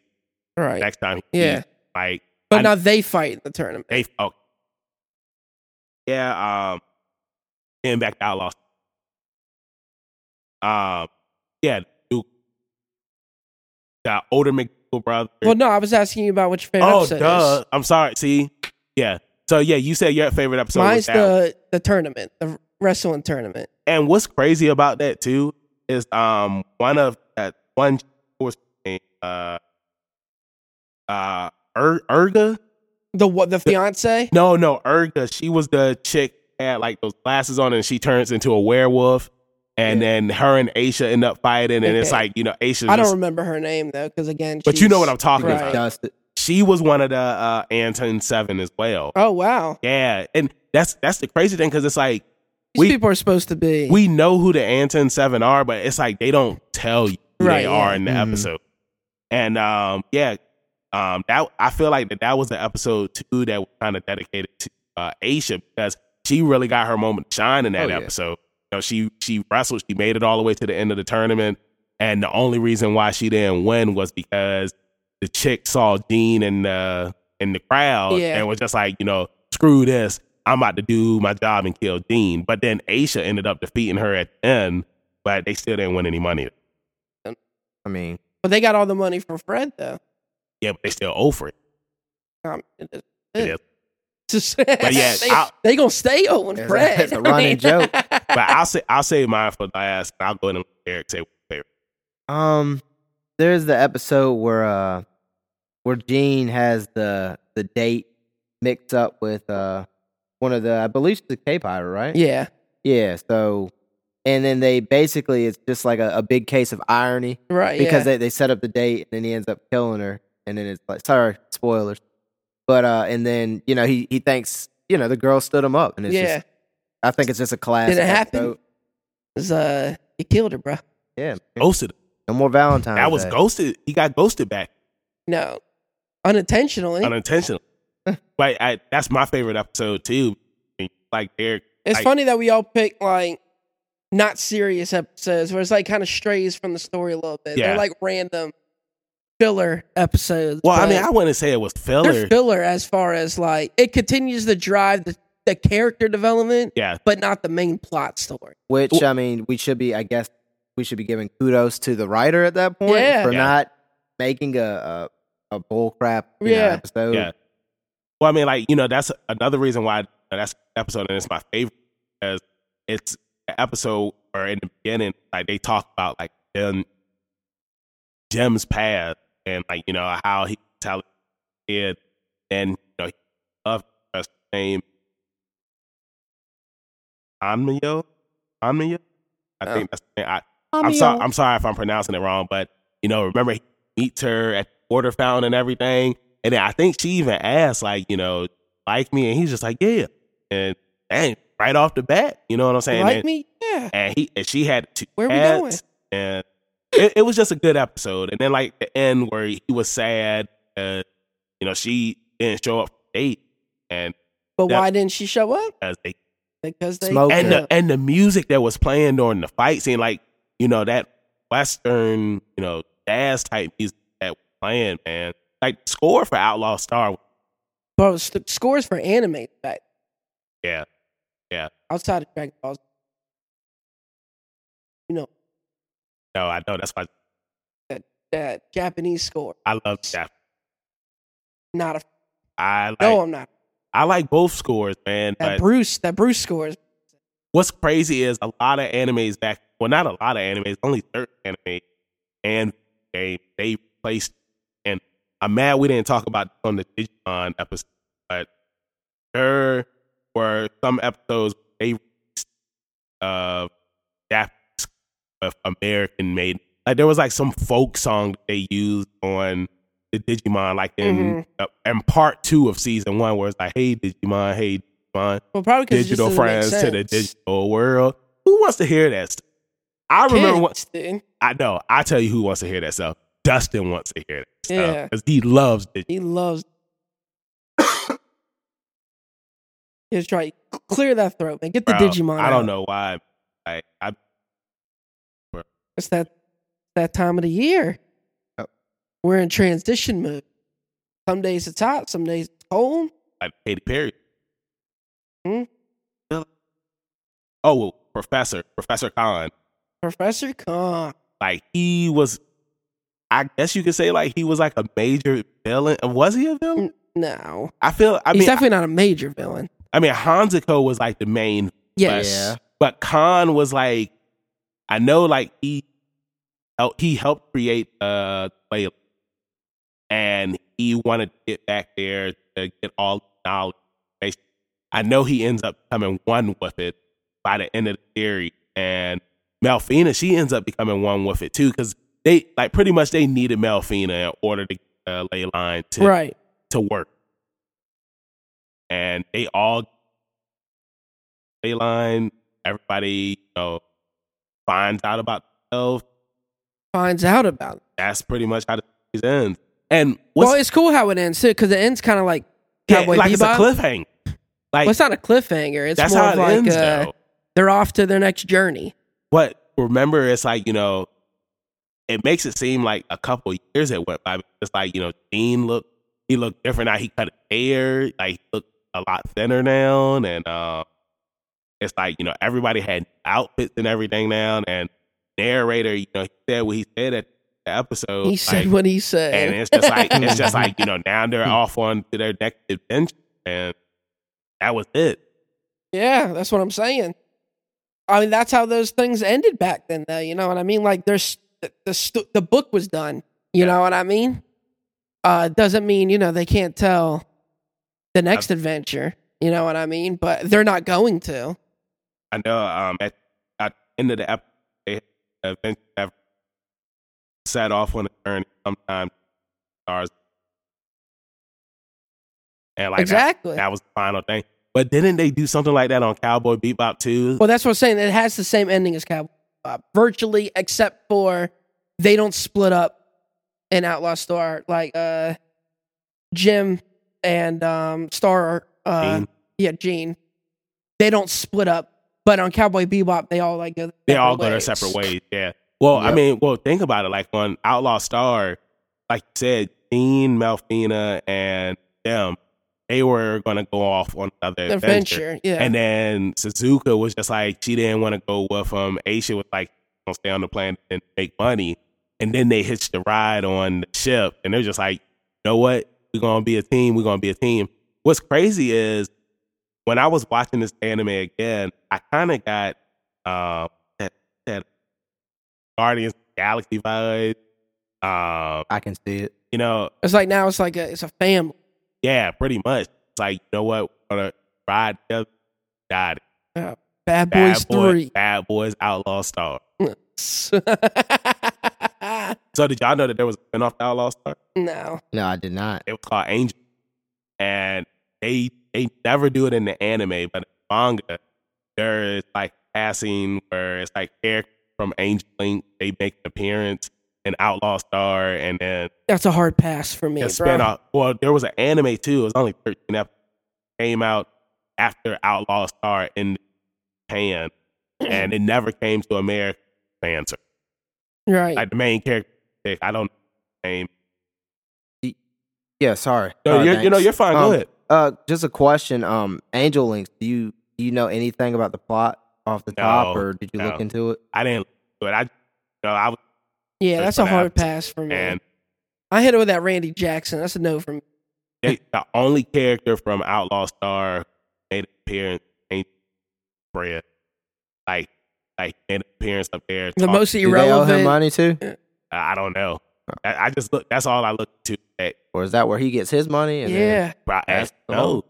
right.
next time. He
Yeah.
like
But
I-
now they fight in the tournament.
they oh yeah um getting back to Outlaws. Um yeah Duke the older McDougal brother.
Well, no, I was asking you about what your favorite
oh
episode
duh
is.
I'm sorry see yeah so yeah you said your favorite episode
Mine's
was that
the the tournament, the wrestling tournament.
and what's crazy about that too is um one of that one what's her name? uh uh Ur- Urga
The what? The fiance?
No, no, Erga. She was the chick had like those glasses on, and she turns into a werewolf. And
Yeah.
then her and Aisha end up fighting, and it's
Okay.
like you know Aisha.
I don't
just-
remember her name though, because again,
but you know
she's-
what I'm talking
Right.
about.
Dusted.
She was one of the uh, Anton Seven as well.
Oh wow,
Yeah, and that's that's the crazy thing because it's like
these
We-
people are supposed to be.
we know who the Anton Seven are, but it's like they don't tell you who
Right,
they
yeah.
are in the
Mhm.
episode. And um, yeah, um, that I feel like that that was the episode two that was kind of dedicated to uh, Aisha because she really got her moment to shine in that
Oh, yeah.
episode. know, she she wrestled. She made it all the way to the end of the tournament, and the only reason why she didn't win was because the chick saw Dean in the in the crowd
Yeah.
and was just like, you know, screw this. I'm about to do my job and kill Dean. But then Aisha ended up defeating her at the end, but they still didn't win any money.
I mean,
But they got all the money from Fred though.
Yeah, but they still owe
<laughs>
for it.
Um, it is-
It is.
<laughs> Just-
yeah,
they,
I'll-
they gonna stay on
That's a-
Fred.
that's
<laughs>
a running joke.
But I'll say I'll save mine for last. And I'll go ahead and let Eric say
um, there's the episode where uh, where Gene has the the date mixed up with uh one of the I believe she's a K pirate, right?
yeah,
Yeah. So, and then they basically it's just like a, a big case of irony
right.
because
yeah.
they, they set up the date and then he ends up killing her and then it's like sorry spoilers, but uh and then you know he he thinks you know the girl stood him up and it's
yeah,
just I think it's just a classic.
happen?
episode.
'Cause, uh, he killed her, bro.
Yeah. man.
ghosted.
No more Valentine's.
Oh, That was
Day.
ghosted. He got ghosted back
No, unintentionally. <laughs>
unintentionally. but I, that's my favorite episode too. And Like Eric,
it's
I-
funny that we all pick like not serious episodes where it's like kind of strays from the story a little bit.
Yeah.
They're like random filler episodes.
well, I
but
mean, I wouldn't say it was filler.
they're filler as far as like it continues to drive the, the character development,
yeah,
but not the main plot story.
Which I mean, we should be. I guess we should be giving kudos to the writer at that point
Yeah.
for
Yeah.
not making a a, a bullcrap you know,
Yeah.
episode.
Yeah. Well, I mean, like you know, that's another reason why that's an episode and it's my favorite because it's an episode where in the beginning, like they talk about like Jim, Jim's past and like you know how he talented kid and you know he loved her name Anmio, Anmio. I
Oh.
think that's the name. I, I'm sorry. I'm sorry if I'm pronouncing it wrong, but you know, remember he meets her at the water fountain and everything, and then I think she even asked like, you know, like me, and he's just like, yeah, and dang, right off the bat, you know what I'm saying?
like
and,
me, yeah.
and he and she had two
Where we
cats,
going?
and it, it was just a good episode. And then like the end where he was sad, uh, you know, she didn't show up for the date, and
But
Yeah.
why didn't she show up?
as they
Because they
Smoke
and
Yeah.
the and the music that was playing during the fight scene, like you know that western, you know jazz type music that was playing, man. Like the score for Outlaw Star,
Bro, s- scores for anime back.
Yeah. Yeah.
Outside of Dragon Ball, Z. you know
no, I know that's why
that Japanese score.
I love that.
Not a
I like
no, I'm not.
I like both scores, man.
That
But
Bruce, that Bruce scores.
what's crazy is a lot of animes back, well, not a lot of animes, only certain anime and they they placed. And I'm mad we didn't talk about this on the Digimon episode, but there were some episodes they released uh Japanese with American made. Like there was like some folk song that they used on the Digimon, like in uh, in part two of season one, where it's like, "Hey Digimon, hey Digimon."
Well, probably because
digital friends to the
digital.
digital world. Who wants to hear that stuff? I remember what
dude.
I know. I tell you who wants to hear that stuff. Dustin wants to hear that stuff
Yeah.
because he loves digital.
He loves. <coughs> Just try clear that throat, man. Get the Digimon.
I
out.
don't know why. Like I,
It's that that time of the year.
Oh.
We're in transition mode. Some days it's hot, some days it's cold.
like Katy Perry.
Hmm?
Oh well, Professor Professor Khan.
Professor Khan.
Like he was. I guess you could say like he was like a major villain. Was he a
Mm.
villain?
No,
I feel. I
he's
mean,
definitely not a major villain.
I mean, Hanzuko was like the main
Yeah,
Yeah.
But Khan was like, I know, like he hel- he helped create uh playlist, and he wanted to get back there to get all the knowledge. Basically, I know he ends up becoming one with it by the end of the series, and Malfina she ends up becoming one with it too because they like pretty much they needed Malfina in order to get uh, ley line to
right.
to work. And they all they line, everybody, you know, finds out about themselves.
Finds out about it.
That's pretty much how the series ends. And what's
Well, it's cool how it ends too, because it ends kind of like
yeah,
Cowboy
like it's a
Bebop.
cliffhanger. Like
Well, it's not a cliffhanger. It's
that's
more
how
of
it
like
ends
uh,
though.
They're off to their next journey.
But remember, it's like you know, it makes it seem like a couple years it went by. It's like you know, Dean looked he looked different now. He cut his hair, like he looked a lot thinner now, and uh, it's like you know, everybody had outfits and everything now. And narrator, you know, he said what he said at the episode.
He said
like,
what Hmm. he said.
and it's just like it's
<laughs>
just like you know, now they're off on to their next adventure, and that was it.
Yeah, that's what I'm saying. I mean, that's how those things ended back then, though. You know what I mean? Like, there's the the, st- the book was done. You know what I mean? Uh, doesn't mean you know they can't tell the next adventure. You know what I mean? But they're not going to.
I know um at, at the end of the episode they eventually have set off on a journey sometime stars and like that,
exactly.
that was the final thing. But didn't they do something like that on Cowboy Bebop too?
well, that's what I'm saying. It has the same ending as Cowboy Bebop, virtually, except for they don't split up in Outlaw Star like uh, Jim and um, Star. Uh,
Dean?
yeah, Gene. They don't split up, but on Cowboy Bebop, they all like go.
they
their
all go their
ways.
separate ways. Yeah. Well, I
Yep.
mean, well, think about it. Like on Outlaw Star, like you said, Dean, Melfina, and them, they were gonna go off on another adventure.
Adventure, yeah.
And then Suzuka was just like she didn't want to go with him. Aisha was like, "Don't stay on the planet and make money." And then they hitched a ride on the ship, and they're just like, "You know what? We're gonna be a team. We're gonna be a team." What's crazy is when I was watching this anime again, I kind of got uh, that that Guardians of the Galaxy vibe. Um,
I can see it.
you know,
it's like now it's like a, it's a family.
yeah, pretty much. It's like you know what? We're gonna ride together, die together. Bad
Bad Boys
Boy-
Three. <laughs>
Bad Boys Outlaw Star. So did y'all know that there was a spinoff to Outlaw Star?
no,
No, I did not.
It was called Angel, and they they never do it in the anime, but in manga there is like passing where it's like characters from Angel Link they make an appearance in Outlaw Star, and then
that's a hard pass for me.
the
bro.
spinoff. Well, there was an anime too. It was only thirteen episodes. Came out after Outlaw Star in Japan, and it never came to America. Answer.
Right.
like the main character. I don't know his name.
Yeah, sorry.
No,
Oh,
Sorry,
you're, you know
thanks.
you're fine.
Um,
Go ahead.
Uh, just a question. Um, Angel Links. Do you do you know anything about the plot off the top,
No,
or did you
no.
look into it?
I didn't do it. I, you know, I was
yeah, that's a
But
hard
that's-
pass for me.
and
I hit it with that Randy Jackson. That's a no for me.
they, the only character from Outlaw Star made an appearance ain't Fred. Like, like made an appearance up there.
The
Talk-
most
Do they owe
irrelevant.
him money too,
I don't know. I, I just look. That's all I look to. At,
or is that where he gets his money? And then-
yeah,
I,
That's the
no,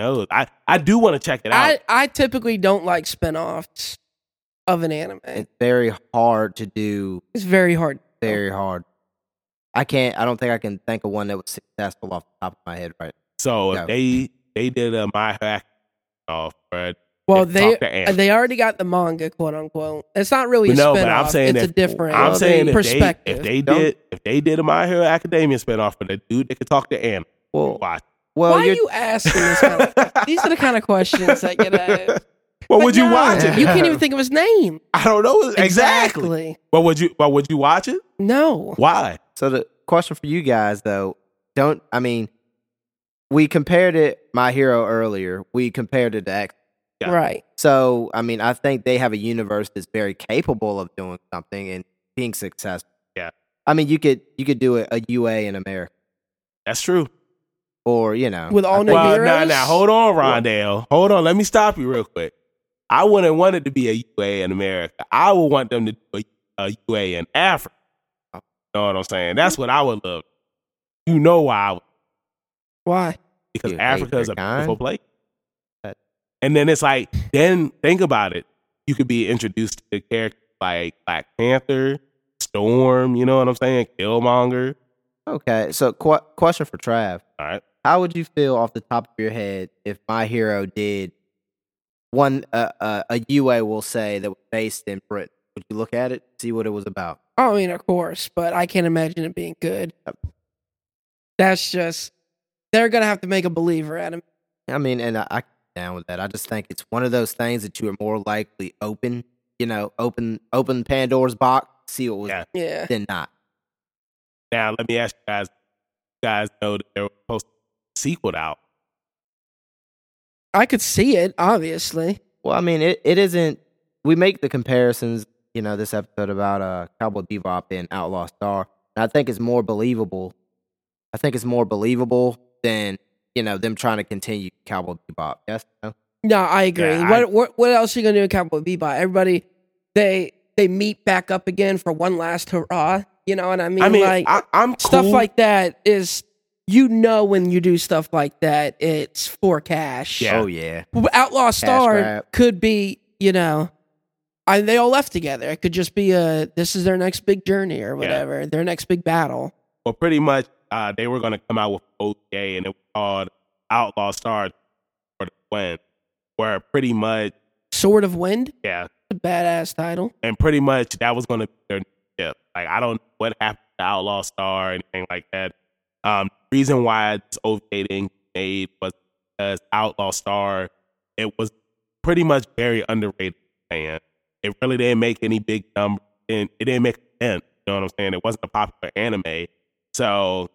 no. I, I do want to check it out.
I, I typically don't like spinoffs of an anime.
it's very hard to do.
It's very hard.
Very hard. I can't. I don't think I can think of one that was successful off the top of my head right.
so if
No.
they they did a my hack off, Fred.
Well,
and
they
talk to Anna.
Uh, They already got the manga, quote unquote. It's not really a
no,
spinoff.
but I'm saying
it's
if,
a different.
I'm saying if
perspective.
They, if they
Don't-
did if they did a My Hero Academia spinoff for the dude that could talk to Anna,
Well,
watch.
well,
Why are
you're,
you asking this kind
<laughs>
<laughs>
of? These are the kind of questions that get asked.
Well,
Like,
would you
no,
watch it?
You can't even think of his name.
I don't know exactly.
Exactly.
But would you? But would you watch it?
No.
Why?
So the question for you guys though, don't I mean we compared it My Hero earlier. We compared it to X.
Yeah.
Right.
So I mean I think they have a universe that's very capable of doing something and being successful.
Yeah.
I mean you could you could do a, a UA in America
That's true.
or you know
With all
I
The
well,
think-
heroes?
now, now, hold on, Rondale. Hold on. Let me stop you real quick. I wouldn't want it to be a UA in America. I would want them to do a, a UA in Africa. You know what I'm saying? That's what I would love. You know why I would.
Why?
because
Yeah,
Africa is a
Africa.
beautiful place.
That-
And then it's like, then think about it. You could be introduced to characters like Black Panther, Storm. You know what I'm saying? Killmonger.
Okay. So qu- question for Trav.
All right.
How would you feel off the top of your head if My Hero did one uh, uh, a UA will say that was based in Britain? Would you look at it, see what it was about?
I mean, of course, but I can't imagine it being good. That's just they're gonna have to make a believer out of me.
I mean, and I, I down with that. I just think it's one of those things that you are more likely open, you know, open open Pandora's box, see what was
Yeah.
Yeah.
than not.
Now let me ask you guys. You guys know that there was supposed to be a sequel out.
I could see it, obviously.
Well, I mean, it, it isn't. We make the comparisons, you know, this episode about uh, Cowboy Bebop and Outlaw Star. And I think it's more believable. I think it's more believable than you know them trying to continue Cowboy Bebop. Yes. No?
No, I agree.
Yeah,
what,
I-
what what else are you gonna do in Cowboy Bebop? Everybody they they meet back up again for one last hurrah. You know what I mean?
I mean,
like
I, I'm
stuff
cool.
like that is you know when you do stuff like that, it's for cash.
Yeah.
Oh yeah.
Outlaw Star
grab.
could be, you know, I, they all left together. It could just be a this is their next big journey or whatever, their next big battle.
well, pretty much uh, they were going to come out with OJ, and it was called Outlaw Star for the Win, where pretty much,
Sword of Wind,
yeah,
a badass title.
and pretty much that was going to be their new ship. Like, I don't know what happened to Outlaw Star or anything like that. Um, the reason why this OJ didn't get made was because Outlaw Star, it was pretty much very underrated. Man, it really didn't make any big numbers, and it didn't make a dent. You know what I'm saying? It wasn't a popular anime, so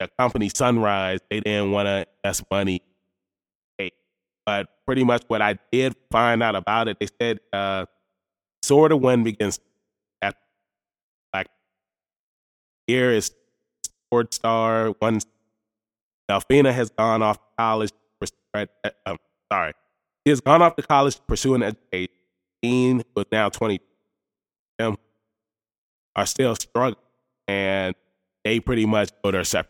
the company Sunrise, they didn't want to invest money. Hey, But pretty much what I did find out about it, they said uh, Sword of Wind begins at like here is Sword Star one. Delphina has gone off to college. to pursue- uh, Um, sorry, she has gone off to college to pursue an education. Dean, who is now twenty, them are still struggling, and they pretty much go their separate.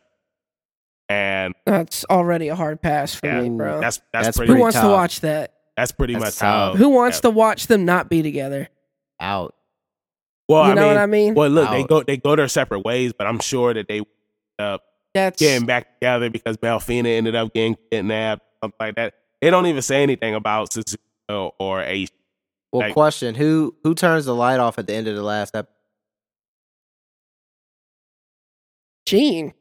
And
That's already a hard pass for
Yeah,
me, bro.
that's that's,
That's
pretty Oh,
Who
pretty
wants to
tough.
watch that?
that's pretty
that's
much
tough.
how.
Who wants to watch them not be together?
Out.
Well,
you
I
know
mean,
what I mean?
Well, look, they
Out.
go they go their separate ways, but I'm sure that they uh,
That's
getting back together because Malfina ended up getting kidnapped, something like that. They don't even say anything about Suzuki or Ace.
Well,
Like-
question: Who who turns the light off at the end of the last episode?
Gene.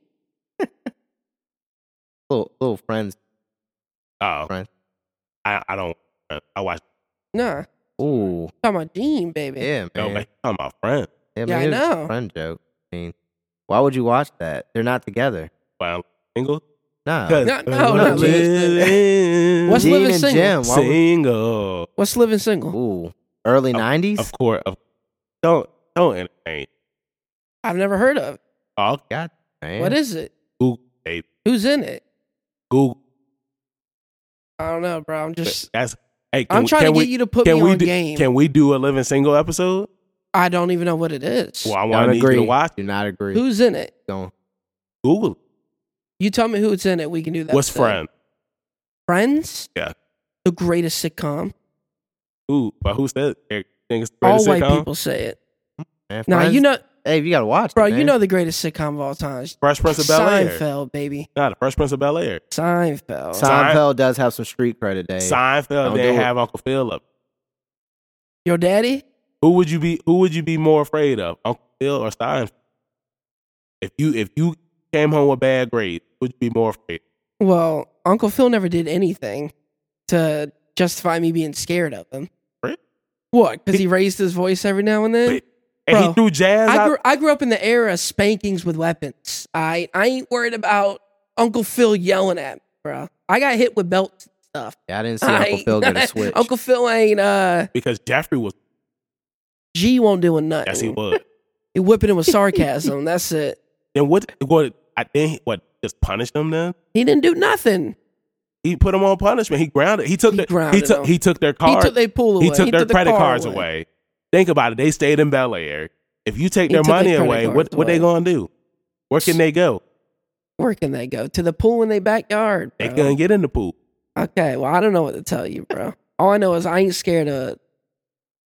Little, little friends.
Oh,
Right.
I, I don't. I watch.
Nah,
Ooh.
talking about Gene, baby.
Yeah,
No,
man.
man, talking about friends.
Yeah,
Yeah, I
I mean, it was
know.
a friend joke. I mean, why would you watch that? They're not together.
Well, single.
No.
No, no, no. <laughs> What's
Gene
living
and
single?
Jim. Why would-
single?
What's living single?
Ooh, early nineties.
Of course. Of, don't don't entertain.
I've never heard of. it.
Oh,
God, man.
What is it?
Google, baby.
Who's in it?
Google.
I don't know, bro. I'm just.
That's. Hey, can,
I'm trying to
can
get
we,
you to put me
can we
on
do,
game.
Can we do a living single episode?
I don't even know what it is.
Well, I
Don't
want to need you
agree.
to watch it.
Do not agree.
Who's in it?
Don't.
Google. it.
You tell me who it's in it. We can do that.
What's
today.
friend?
Friends.
Yeah.
The greatest sitcom.
Who? But who said it? Think it's the
All
greatest
white
sitcom?
people say it.
Man,
Now
Friends-
you know,
Hey, you gotta watch, it,
bro. You
man.
know the greatest sitcom of all time.
Fresh Prince of Bel Air.
Seinfeld, baby.
Nah, the Fresh Prince of Bel Air.
Seinfeld.
Seinfeld does have some street credit, Dave.
Seinfeld
Don't
didn't
do it.
have Uncle Phil up.
Your daddy?
Who would you be? Who would you be more afraid of, Uncle Phil or Seinfeld? If you if you came home with bad grades, who would you be more afraid?
Well, Uncle Phil never did anything to justify me being scared of him.
Really?
What? Because he raised his voice every now and then.
Wait, And
Bro,
he threw jazz
I
out.
grew, I grew up in the era of spankings with weapons. I I ain't worried about Uncle Phil yelling at me, bro. I got hit with belt stuff.
Yeah, I didn't see
I
Uncle
ain't-
Phil get a switch.
<laughs> Uncle Phil ain't uh
because Jeffrey was
G won't do nothing.
yes he was.
He whipping him with sarcasm. <laughs> That's it.
then what? What? I think he- what just punished him then.
He didn't do nothing.
He put him on punishment. He grounded. He took
He
the,
grounded
he took
him.
he took their
He
card.
took they pull away.
He took their
the
credit
car
cards away. Think about it. They stayed in Bel Air. If you take
He
their
took their
money
credit
away, what
cards
what they
away.
gonna do? Where can they go?
Where can they go? To the pool in their backyard.
They
bro.
couldn't get in the pool.
Okay, well, I don't know what to tell you, bro. All I know is I ain't scared of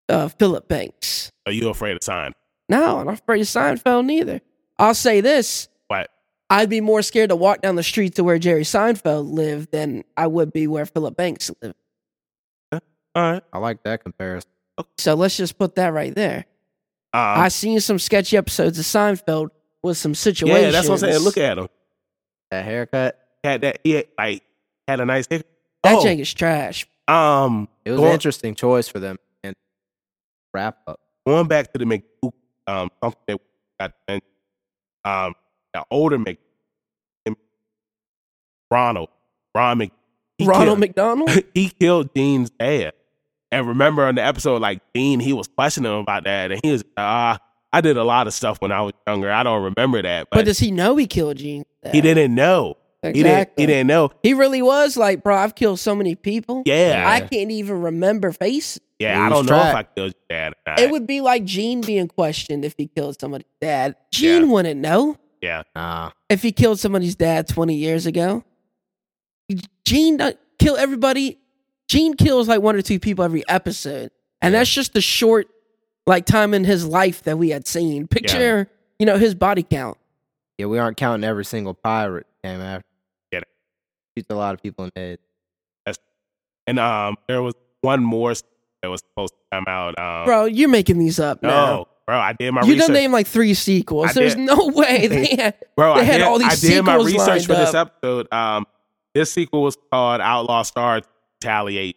uh, Philip Banks.
Are you afraid of sign?
No, and I'm afraid of Seinfeld neither. I'll say this.
What?
I'd be more scared to walk down the street to where Jerry Seinfeld lived than I would be where Philip Banks lived.
All right.
I like that comparison.
So let's just put that right there.
Um,
I seen some sketchy episodes of Seinfeld with some situations.
yeah, that's what I'm saying. Look at him.
That haircut.
Had that he had, like had a nice haircut.
That
Oh.
jank is trash.
Um,
It was
go-
an interesting choice for them. And wrap up.
going back to the McDougal, um, something that we got to mention, um, the older Mc, Ronald, Ron Mc, he
Ronald
killed,
McDonald.
<laughs> he killed Dean's dad. And remember on the episode, like Dean, he was questioning him about that, and he was, ah, I did a lot of stuff when I was younger. I don't remember that, but,
But does he know he killed Gene?
he didn't know.
Exactly.
He didn't. He didn't know.
He really was like, bro, I've killed so many people.
Yeah,
I can't even remember faces.
yeah. I don't
Lose
know if
track.
I killed your dad. Or not.
It would be like Gene being questioned if he killed somebody's dad. Gene wouldn't know
Nah.
if he killed somebody's dad 20 years ago. Gene don't kill everybody. Gene kills like one or two people every episode. And
Yeah.
that's just the short like time in his life that we had seen. Picture, you know, his body count.
Yeah, we aren't counting every single pirate that came after.
Get it.
Shoots a lot of people in the head.
and um, there was one more that was supposed to come out. Um,
Bro, you're making these up
No,
now.
bro, I did my
you
research.
done named like three sequels.
I
There's
did.
no
<laughs>
way. They had,
bro,
they
I
had
did,
all these
I did my
sequels
research
lined
for this episode. Um, this sequel was called Outlaw Star Retaliate,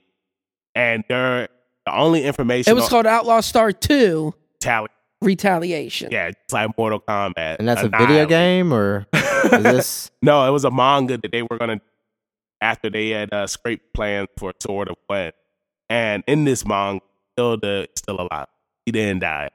and there the only information
it was
on
called Outlaw Star 2
Retaliate.
Retaliation.
Yeah, it's like Mortal Kombat,
And that's a video
Annihilate.
game or is this
<laughs> no, it was a manga that they were gonna after they had uh, scraped plans for Sword of Wind. And in this manga, Hilda is still alive. He didn't die.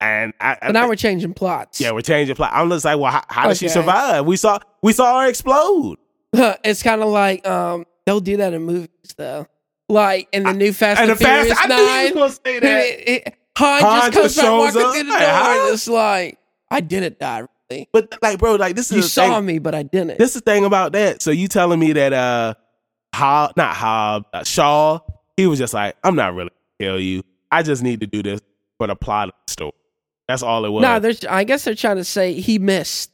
And I, I
But now
think-
we're Oh, changing plots.
yeah, we're changing plot. I'm just like, well, how, how did she
Okay.
survive? We saw we saw her explode.
<laughs> it's kind of like um, they'll do that in movies though, like in the new Fast and,
and the
Furious
fast, I knew you
Nine.
were gonna say that.
<laughs> It, it, Han,
Han
just comes
just
back
shows
walking
up,
through the door
like, huh?
and it's like, I didn't die really.
But like, bro, like this is
You
the
saw
thing.
me, but I didn't.
This is the thing about that. So you telling me that uh, Hob, not Hob, uh, Shaw, he was just like, I'm not really gonna kill you. I just need to do this for the plot of the story. That's all it was.
no, they're, I guess they're trying to say he missed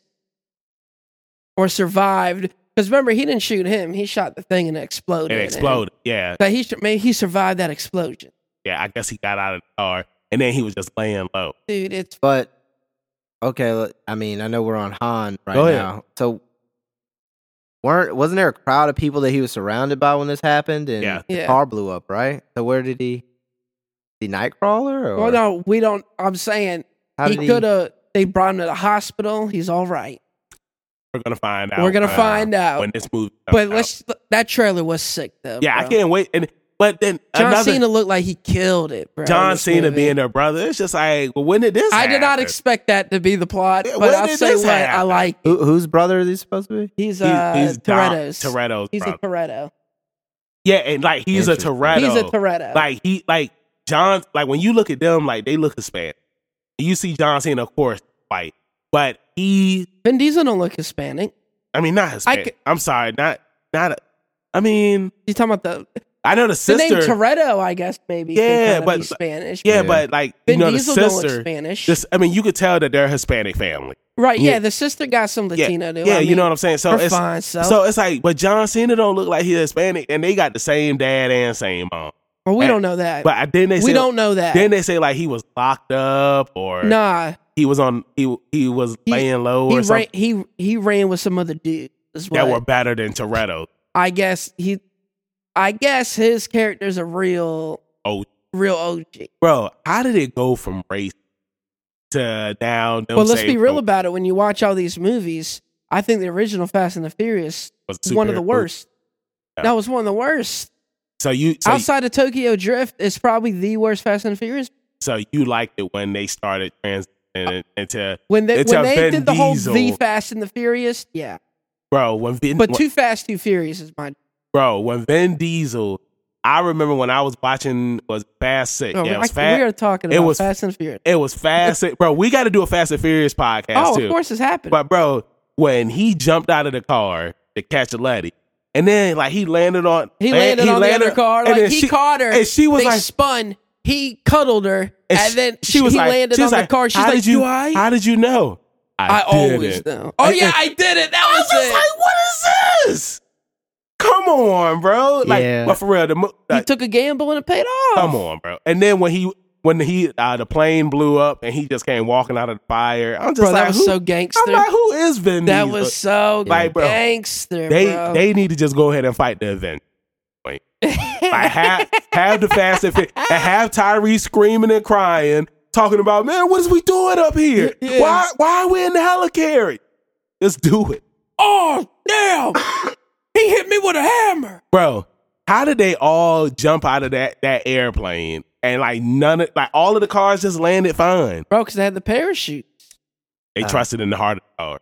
or survived. Because remember, he didn't shoot him; he shot the thing and it exploded.
it
And-
exploded. Yeah,
But he sur- man, he survived that explosion,
yeah. I guess he got out of the car, and then he was just laying low.
dude. It's
but okay, look, I mean, I know we're on Han right
Go ahead.
now. So weren't wasn't there a crowd of people that he was surrounded by when this happened and
Yeah.
the
Yeah.
car blew up, right? So where did he the Nightcrawler or
well, no, we don't. I'm saying
how
he
did
could have. They brought him to the hospital. He's all right.
We're gonna find out.
We're gonna
uh,
find out.
when this movie. comes
but
out.
let's. That trailer was sick though.
Yeah, I
bro.
can't wait. And but then
John
another
Cena looked like he killed it, bro. in
John
this
Cena
movie.
being their brother. It's just like, well, when did this?
I did not
happen?
expect that to be the plot,
Yeah,
but
when
I'll
did
say
this
what I
happen?
like.
Who, whose brother is he supposed to be?
He's
He's,
uh
he's Don-
Toretto's.
Toretto's
He's
brother.
a Toretto.
Yeah, and like he's a
Interesting.
Toretto.
He's a Toretto.
Like he like John like when you look at them, like they look Hispanic. You see John Cena, of course, white. But he
Vin Diesel don't look Hispanic.
I mean not Hispanic.
could-
I'm sorry, not not a, I mean,
You talking about the
I know the
the
sister.
name Toretto? I guess maybe. can
Yeah,
kinda
but-
be Spanish.
yeah,
Yeah.
but like
Vin
you know
Diesel
the
don't look
sister.
Spanish.
This I mean, you could tell that they're a Hispanic family.
right? Yeah.
yeah.
the sister got some
Yeah,
Latino. dude.
yeah,
I
you
mean,
know what I'm saying. So
her
it's
fine self.
so it's like, but John Cena don't look like he's Hispanic, and they got the same dad and same mom.
well, we
and-
don't know that.
But I- then they say
we don't know that.
then they say like he was locked up or
nah,
he was on he he was
He-
laying low
he
or
ran.
something
He he ran with some other dude. Is
that
what-
were better than Toretto.
I guess he, I guess his character's a real
Oh,
real OG.
bro, how did it go from race to now? them
Well, let's
saying Oh.
be real
it
about it. When you watch all these movies, I think the original Fast and the Furious
was
is one of the
superhero movie?
worst.
Yeah.
That was one of the worst.
So you so,
Outside of Tokyo Drift, it's probably the worst Fast and the Furious.
so you liked it when they started transitioning into
When they
It's a
when they
Vin
did the whole the
Diesel.
Fast and the Furious, yeah.
bro when Vin
But
when-
Too Fast, Too Furious is my.
bro when Vin Diesel. I remember when I was watching was Fast Six.
Oh,
yeah, it was
I-
Fast.
we are talking
it
about
was-
Fast and the Furious.
It was Fast Six, bro. We got to do a Fast and Furious podcast
Oh,
too.
of course, it's happening.
But bro, when he jumped out of the car to catch a lady, and then like he landed on
He
land-
landed on the other car.
and
Like
then
he
she-
caught her.
and she was
they
like-
spun. He cuddled her, and,
and she-
then
she was
he
like,
landed
she
on
was like,
the car. She's
how
like,
did you,
"Do I?"
How did you know?
I
did
always
it.
know. Oh
And-
yeah,
and-
I did it. That
I
was,
was just
it.
like, what is this? Come on, bro. Like,
Yeah.
but for real, the mo-
he
like,
took a gamble and it paid off.
come on, bro. And then when he when he uh, the plane blew up and he just came walking out of the fire, I'm just
bro.
like,
that was
who,
so
I'm
gangster.
like, who is Vin?
that
Diesel?
was so
Like, bro,
gangster,
they
bro.
they need to just go ahead and fight the event. Wait, Like have have the Fast and Furious, and have Tyree screaming and crying, talking about man, what is we doing up here?
Yeah.
Why why are we in the helicarrier? Let's do it,
oh
<coughs>
damn! he hit me with a hammer.
bro. How did they all jump out of that that airplane and like none of like all of the cars just landed fine?
Bro, because they had the parachutes,
They
Uh.
trusted in the heart of the car.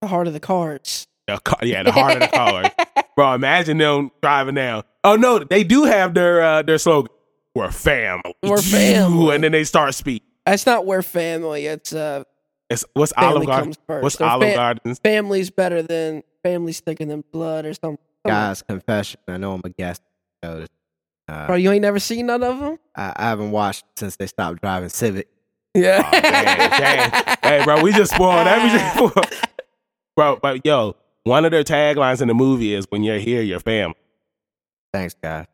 the heart of the cards.
The car yeah, the heart of the car.
<laughs>
Bro, imagine them driving down. Oh no, they do have their uh, their slogan. We're family.
We're family.
And then they start speak.
That's not where family. It's uh,
It's what's
family
Olive Garden?
comes first.
What's
Or
Olive
fa-
Garden's?
Family's better than family's thicker than blood or something.
Guys, confession. I know I'm a guest. Uh,
Bro,
I,
you ain't never seen none of them.
I haven't watched since they stopped driving Civic.
Yeah.
Oh, dang, dang. Hey, bro, we just spoiled
<laughs>
everything. bro, but yo, one of their taglines in the movie is "When you're here, you're family."
Thanks, guys.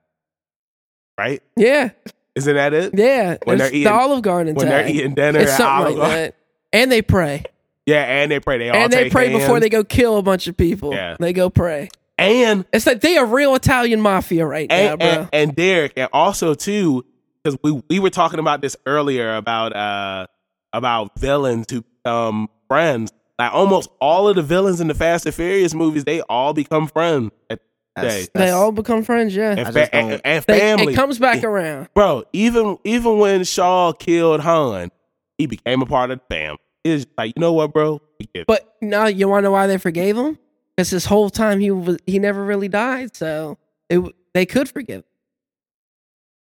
Right?
Yeah,
Isn't that it?
yeah.
When they're
It's
eating-
the Olive Garden
When
tag.
they're eating dinner
it's
at Olive
something like
Garden.
that. And they pray.
Yeah, and they pray. They all
and they
take
pray before
hands.
they go kill a bunch of people.
Yeah.
They go pray.
And
It's like they are real Italian mafia right now,
and,
bro.
and, and Derek, and also too, because we we were talking about this earlier about uh about villains who become friends. Like almost all of the villains in the Fast and Furious movies, they all become friends and,
That's,
They
they
that's-
all become friends, yeah.
I
fa-
just don't-
and, and
They-
family.
It comes back around.
Bro, even even when Shaw killed Han, he became a part of the family. It's just like you know what, bro? We get it.
But now you want to know why they forgave him? Because this whole time he was, he never really died, so it, w- they could forgive. him.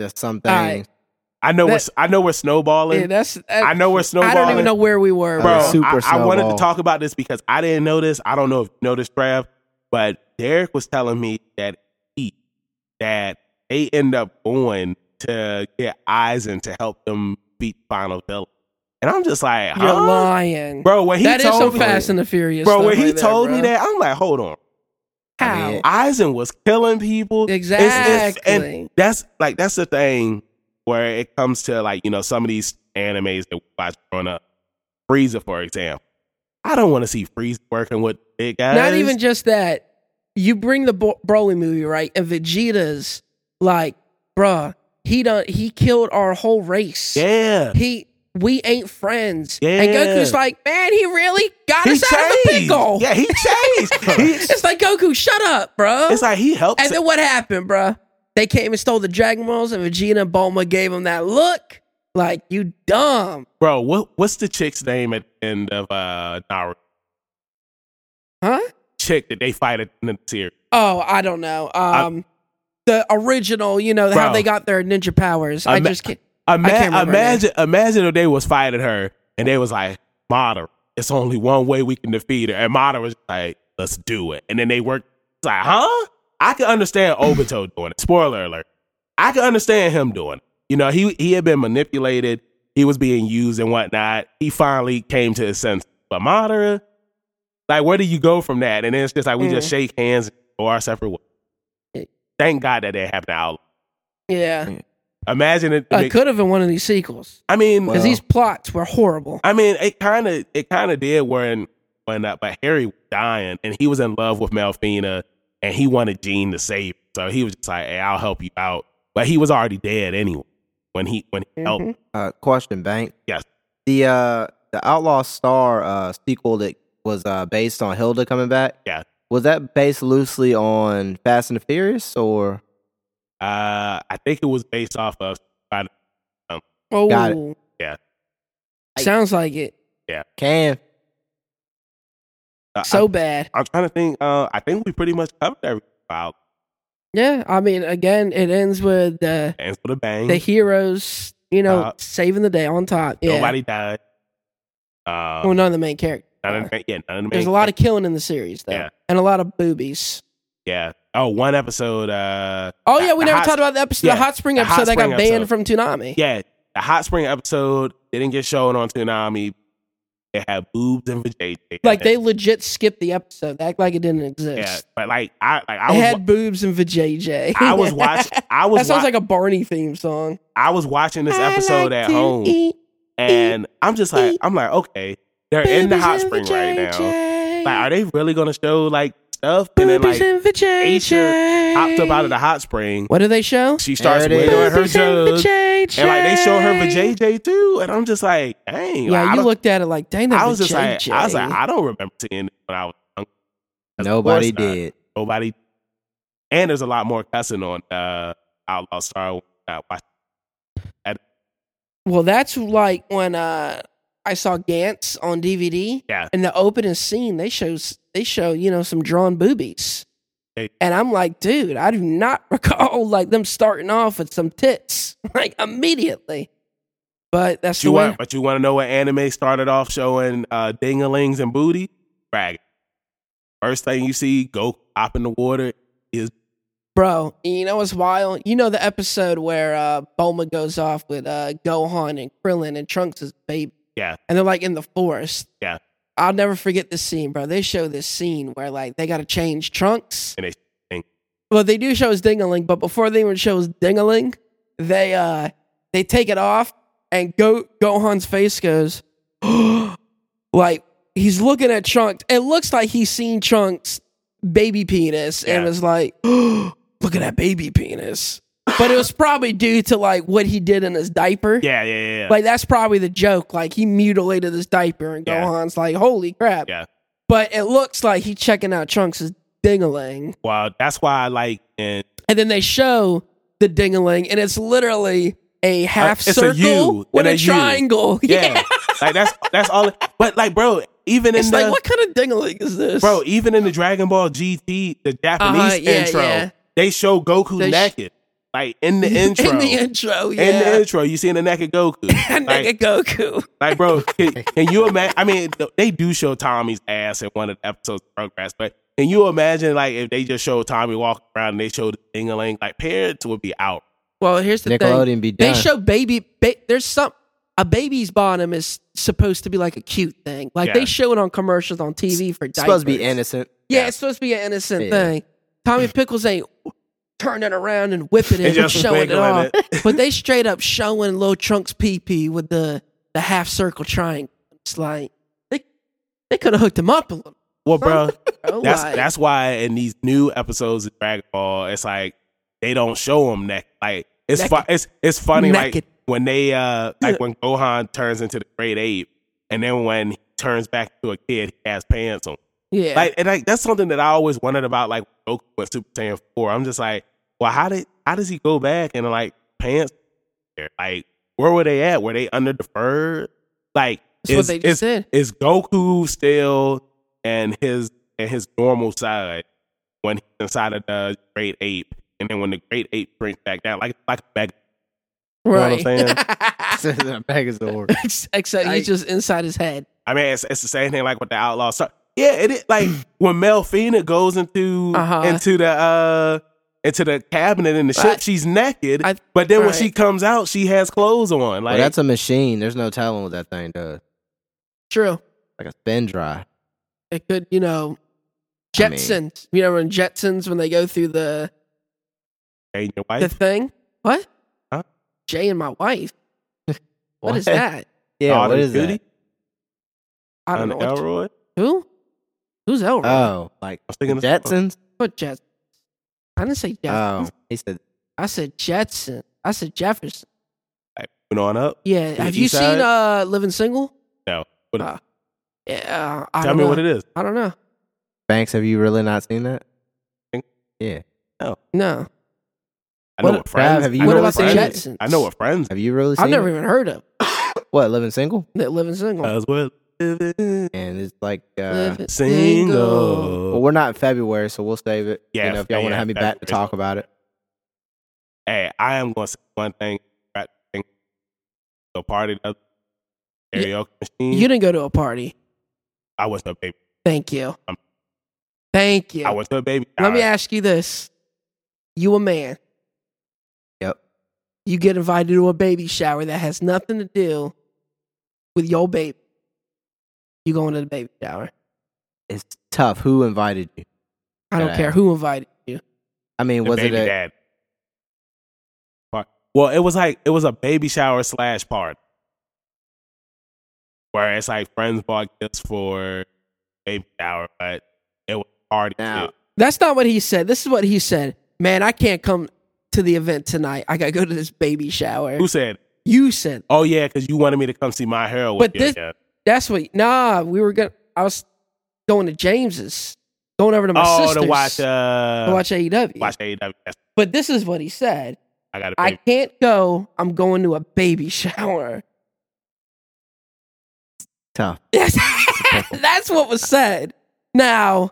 Just some
All right.
things.
I know
that-
we're I know we're snowballing.
Yeah, that's that-
I know we're snowballing.
I don't even know where we were,
bro.
Uh,
bro.
super
I, I wanted to
snowball.
talk about this because I didn't know this. I don't know if you know this, Trav, but Derek was telling me that he that they end up going to get Eisen to help them beat final villain, and I'm just like,
You're
huh?
lying.
bro. When he
that is
told
some
me,
Fast and the Furious.
bro,
stuff
when he
like
told
bro.
me that, I'm like, hold on,
how?
I mean,
Eisen was killing people. It's- it's-
exactly.
and that's like that's the thing where it comes to like you know some of these animes that we watch growing up. Frieza, for example, I don't want to see Frieza working with big guys.
Not even just that. You bring the Bo- Broly movie right, and Vegeta's like, bruh, he done he killed our whole race.
yeah.
He we ain't friends. And
Yeah.
Goku's like, man, he really got
He
us out of the
changed.
pickle.
Yeah, he
<laughs>
changed. He-
It's like Goku, shut up, bro.
it's like he helps.
and then what happened, bruh? They came and stole the Dragon Balls, and Vegeta and Bulma gave him that look, like you dumb,
Bro, what what's the chick's name at the end of uh Naruto?
huh?
Chick that they fight at the end of the series.
Oh, I don't know. Um, the original, you know,
Bro.
how they got their ninja powers. I
Ima-
just can't.
Ima-
can't remember her name.
imagine imagine if they was fighting her and they was like, Madara, it's only one way we can defeat her. And Madara was like, let's do it. And then they worked it's like, huh? I can understand
<clears throat>
Obito doing it. Spoiler alert. I can understand him doing it. You know, he he had been manipulated, he was being used and whatnot. He finally came to his senses. But Madara, like where do you go from that? And then it's just like we just
Mm.
shake hands and go our separate
Yeah.
ways. Thank God that didn't happen out.
Yeah,
Imagine it.
it could have been one of these sequels
I mean,
because
Well-
these plots were horrible.
I mean, it kind of it kind of did when when uh, but Harry was dying and he was in love with Malfina and he wanted Jean to save. Her. So he was just like, "Hey, I'll help you out," but he was already dead anyway when he when he helped.
Mhm.
Uh, question, Bank.
Yes.
The uh, the Outlaw Star uh, sequel that was uh, based on Hilda coming back.
Yeah.
Was that based loosely on Fast and the Furious or?
Mm-hmm.
Uh, I think it was based off of
Oh,
Got
Yeah.
Sounds like it.
Can
uh,
So bad.
I, am trying to think. Uh, I think we pretty much covered everything about
Yeah, I mean, again, it ends with the
ends with a bang.
the heroes, you know,
Mm-hmm. Uh,
saving the day on top. Yeah.
Nobody died. Uh,
well, none of the main characters.
none of the, yeah, none of the
There's a
main-
lot of killing in the series, though,
Yeah.
and a lot of boobies.
yeah. Oh, one episode. Uh,
Oh yeah, we
The
never
hot-
talked about the episode,
yeah,
the hot spring
the hot
episode that
spring
got banned
episode.
from Toonami.
yeah, the hot spring episode didn't get shown on Toonami. They had boobs and vajayjay. in
Like
it.
they legit skipped the episode, They act like it didn't exist.
yeah, but like I, like I
they
was,
<laughs> had boobs and vajayjay.
I was
<laughs>
watching, I
that
was,
sounds
wa-
like a Barney theme song.
I was watching this
I
episode
like
at
to
home,
eat
and I'm just like, I'm like, okay, they're in the
boobies
hot
and
spring right now.
vajayjay.
Like, are they really gonna show like stuff. And then
Boobies
like
and vajayjay.
Aisha popped up out of the hot spring.
What do they show?
She starts
There it
waving
is.
her
Boobies and
jug.
vajayjay.
And like they show her vajayjay too. And I'm just like, dang. like,
Yeah,
I
you
don't-
looked at it like, dang, that
I was just like, I was like,
vajayjay.
I don't remember seeing it when I was young. 'Cause of
Nobody
course not.
did.
Nobody. And there's a lot more cussing on uh, Outlaw Star. Wars than I watched.
Well, that's like when uh, I saw Gantz on DVD.
Yeah.
In the opening scene, they shows they show you know some drawn boobies,
Hey.
and I'm like, dude, I do not <laughs> recall like them starting off with some tits <laughs> like immediately. But that's
You
the
want,
way.
but you want to know what anime started off showing uh, dingalings and booty? Dragon. First thing you see, go up in the water.
Bro, you know what's wild? You know the episode where uh Bulma goes off with uh Gohan and Krillin and Trunks' is baby.
Yeah.
And they're like in the forest.
Yeah.
I'll never forget this scene, bro. They show this scene where like they gotta change trunks.
And they- and-
Well, they do show his dingaling, but before they even show his dingaling, they uh they take it off and go Gohan's face goes <gasps> like he's looking at Trunks. It looks like he's seen Trunks baby penis and
Yeah.
was like, <gasps> look at that baby penis. But it was probably due to like what he did in his diaper.
Yeah, yeah, yeah. yeah.
Like that's probably the joke. Like he mutilated his diaper and
Yeah.
Gohan's like, holy crap.
Yeah.
But it looks like he's checking out Trunks' dingaling.
well, that's why I like
<laughs>
and
And then they show the dingaling and it's literally a
Uh,
half
it's a
circle
U
with
and
a,
a U.
triangle. <laughs>
yeah, like that's that's all. But like, bro, even in
It's
the
like what kind of dingaling is this?
bro, even in the Dragon Ball GT, the Japanese
Uh-huh, yeah,
intro,
yeah.
they show Goku
They sh-
naked, like in the intro.
<laughs> <laughs> In the intro, yeah.
In the
<laughs>
intro, you seeing the naked Goku.
and
like,
nigga Goku.
like,
<laughs>
bro, can, can you imagine? I mean, th- they do show Tommy's ass in one of the episodes of Rugrats, but can you imagine, like, if they just show Tommy walking around and they showed Ding-a-ling, like, parents would be out.
Well, here's the thing.
Nickelodeon be
They
done.
show baby. Ba- there's some a baby's bottom is supposed to be like a cute thing. Like
Yeah.
they show it on commercials on TV for
it's
diapers.
supposed to be innocent. <laughs>
Yeah, it's supposed to be an innocent
Yeah.
thing.
<laughs>
Tommy Pickles ain't turning around and whipping
And
it and
just
showing it
wiggling
off.
it. <laughs>
but they straight up showing little Trunks pee pee with the the half circle triangle. It's like they they could have hooked him up a little.
Well, bro,
Bro.
that's
Like,
that's why in these new episodes of Dragon Ball, it's like they don't show him naked. Like it's fu-
Naked.
it's it's funny
Naked.
like when they uh like when Gohan turns into the Great Ape, and then when he turns back to a kid, he has pants on.
yeah.
Like and like that's something that I always wondered about. Like Goku went Super Saiyan four, I'm just like, well, how did how does he go back and like pants? there? Like where were they at? Were they under the fur? Like
that's what
is-
they
is-
just did.
is Goku still and his and his normal side when he's inside of the Great Ape, and then when the Great Ape shrinks back down, like like back, you know what I'm
Right.
saying? <laughs>
Megazord.
<laughs> Except
I-
he's just inside his head.
I mean, it's, it's the same thing like with the Outlaw Star. Yeah, it is
<clears throat>
like when Mel Phoenix goes into
Uh-huh.
into the uh into the cabinet in the ship,
Right.
she's naked.
I-
but then when she
right.
comes out, she has clothes on. Like
well, that's a machine. There's no telling what that thing does.
True.
Like a spin dry.
It could, you know,
I mean-
Jetsons. you know, when Jetsons when they go through the
and your
the
wife.
thing. What?
Huh?
Jay and my wife. what is that?
<laughs> Yeah,
Autumn
what is
Goody
that?
I
and
don't know. What
Elroy.
who? Who's Elroy?
Uh,
Oh, like
I'm
the
thinking of-
Jetsons?
what Jets? I didn't say
um,
Jetsons.
Oh, he said
I said Jetson. I said Jefferson.
Moving on up.
Yeah. Have you
East Side?
seen uh Living Single?
No. What-
Ah. yeah. uh, I
Tell
don't
me
know.
what it is.
I don't know.
Banks, have you really not seen that?
Think-
Yeah.
No.
I know
What-
what, friends.
Trav, have you
I know
really
what
seen
friends.
it?
I know what friends
Have you really seen
I've never
it?
even heard of
What, Living Single?
that Living Single.
as well. Yeah,
And it's like, uh,
Living
well,
single.
we're not in February, so we'll save it.
Yeah,
You know, if y'all want to
yeah,
have me back to
February.
talk about it.
Hey, I am going to say one thing. Got thing- The party, the
You-
karaoke machine.
You didn't go to a party.
I went to a baby.
Thank you.
Um,
Thank you.
I went to a baby.
Let me
shower.
ask you this. You a man.
Yep.
You get invited to a baby shower that has nothing to do with your baby. You going to the baby shower.
It's tough. Who invited you?
I don't
Right.
care who invited you.
I mean,
The
was it
baby
a.
dad. Fuck. Well, it was like it was a baby shower slash party, where it's like friends bought gifts for baby shower, but it was party.
Now,
too.
That's not what he said. This is what he said. Man, I can't come to the event tonight. I gotta go to this baby shower.
Who said?
You said
Oh yeah, because you wanted me to come see my hero. with
But
you.
this-
Yeah.
that's what. Nah, we were gonna. I was going to James's, going over to my
oh,
sister's
to watch uh
to watch AEW.
watch AEW. That's-
But this is what he said.
I got
I
to
can't go. I'm going to a baby shower. <laughs>
tough.
Yes. That's what was said. Now,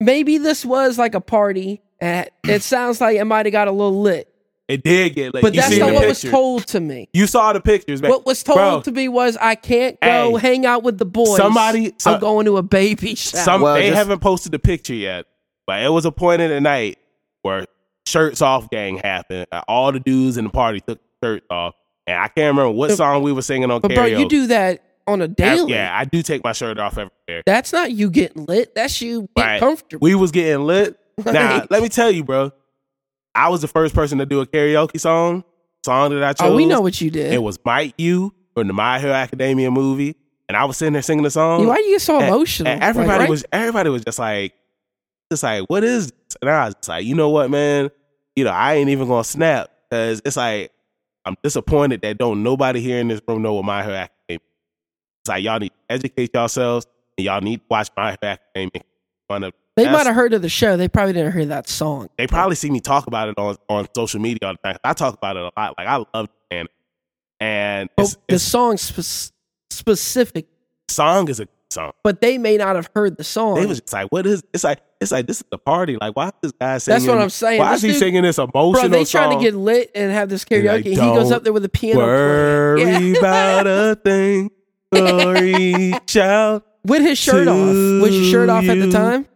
maybe this was like a party, and it sounds like it might have got a little lit.
It did get late.
But
you
that's
seen
not
the
what
pictures.
was told to me.
You saw the pictures, man.
What was told
Bro.
to me was I can't go
Hey.
hang out with the boys.
Somebody- so-
I'm going to a baby shower.
Some
Well,
they
just-
haven't posted the picture yet, but it was a point in the night where shirts off gang happened. and All the dudes in the party took shirts off, and I can't remember what
But-
song we were singing on
but
karaoke.
bro, you do that on a
I-
daily.
yeah, I do take my shirt off every day.
That's not you getting lit. That's you getting
Right.
comfortable.
We was getting
<laughs>
lit. Now
Like,
let me tell you, bro. I was the first person to do a karaoke song. Song that I chose.
oh, we know what you did.
It was "Might You" from the My Hero Academia movie, and I was sitting there singing the song.
Why do you get so
and-
emotional?
And e, everybody
Like, right?
was everybody was just like, just like, what is this? And I was just like, you know what, man? You know, I ain't even gonna snap because it's like I'm disappointed that don't nobody here in this room know what my hair academia. Is. It's like y'all need to educate yourselves and y'all need to watch my hair academia. Fun of-
They
that's-
might have heard of the show. They probably didn't hear that song.
They probably see me talk about it on, on social media all the time. I talk about it a lot. Like I love it. And
But
it's,
the
it's-
song spe- specific,
song is a good song.
but they may not have heard the song.
They was just like, what is it's like it's like this is the party. Like why is this guy singing?
That's what I'm saying.
Why
This
is he
dude-
singing this emotional
Bro, they
song?
trying to get lit and have this
They're
karaoke.
like,
and he goes
"Don't
up there with a piano
Worry
playing. Yeah. <laughs>
about a thing. Glory shout
with his shirt off. Was your shirt off at
To
the
you.
time?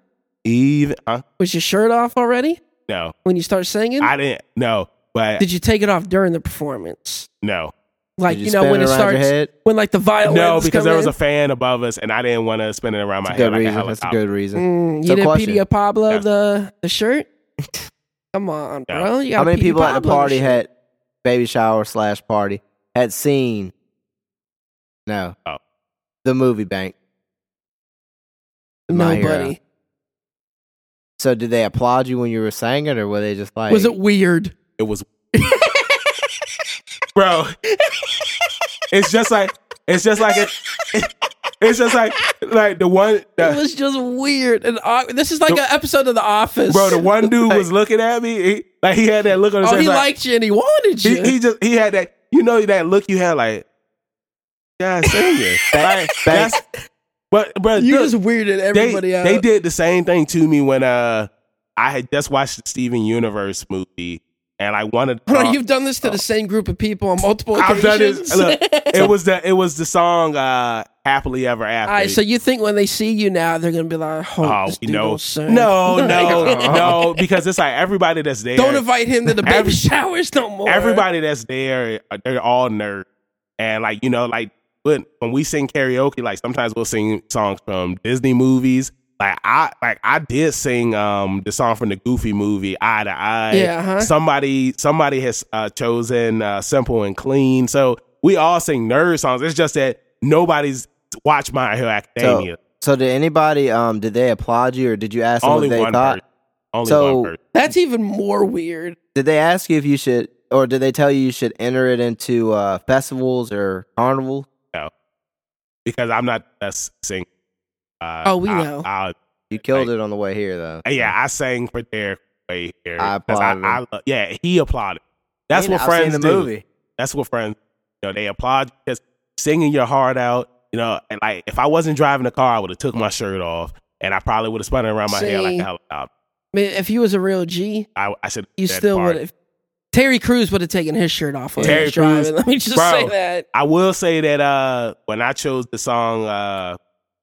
even huh?
Was your shirt off already
No.
when you start singing?
I didn't no. But
Did you take it off during the performance?
no.
Like
Did
you, know
spin
when it
around your
starts,
head?
when like the violins.
No, because
come
there was
in?
a fan above us and I didn't want to spin it around my
That's a
head
good
like a
reason. That's a
helicopter.
good reason.
Mm, you
So
did
question.
Pedia Pablo
Yeah.
the
<laughs>
the shirt. Come on,
Yeah.
bro. You got
How many people at the party
had?
had baby shower slash party had seen? No.
Oh.
The movie bank. My Hero.
Nobody.
So did they applaud you when you were saying it, or were they just like?
Was it weird?
It
<laughs>
was Bro. it's just like it's just like it, it's just like like the one the,
It was just weird and awkward. This is like
The-
an episode of The Office.
Bro,
<laughs>
the one dude
Like-
was looking at me. He, like he had that look on his
oh,
face.
he
like,
liked you and he wanted you.
he, he just he had that. You know that look you had like,
<laughs>
God, sing it. like, that's, but bro,
you
look,
just weirded
they
everybody out.
they did the same thing to me when uh I had just watched the Steven Universe movie and I wanted.
<laughs> Bro, you've done this to the same group of people on multiple
I've done this-
occasions. <laughs>
look, it was the it was the song uh happily ever after.
All right, so you think when they see you now, they're gonna be like, "Oh,
Oh,
this
we
dude
know.
don't serve."
no,
<laughs> Like,
no, no, because it's like everybody that's there.
don't invite him to the baby
Every-
showers no more."
everybody that's there, uh, they're all nerds. And like, you know, like when when we sing karaoke, like sometimes we'll sing songs from Disney movies. Like I like I did sing um the song from the Goofy movie, Eye to Eye.
yeah, uh-huh. huh?
Somebody somebody has uh, chosen uh, Simple and Clean. So we all sing nerd songs. It's just that nobody's watched My Hero Academia.
So did anybody? Um, did they applaud you, or did you ask them
Only
what they
one
thought?
person. Only
So-
one person.
That's even more weird.
Did they ask you if you should, or did they tell you you should enter it into uh, festivals or carnival?
Because I'm not the best singer. Uh,
Oh, we
I-
know.
I-
You killed it on the way here, though.
Uh, Yeah, I sang for Derek way here.
I
'Cause
applauded
I,
him.
lo- yeah, he applauded. That's
Man,
what
I've
friends
seen the
do.
movie.
That's what friends. You know, they applaud because singing your heart out. You know, and like if I wasn't driving the car, I would have took my shirt off and I probably would have spun it around my hair like
See.
a helicopter.
I mean, if he was a real G,
I, I should.
you still would have. Terry Crews would have taken his shirt off when he
Terry
was driving. <laughs>
Crews-
Let me just
Bro.
say that.
I will say that uh, when I chose the song, uh,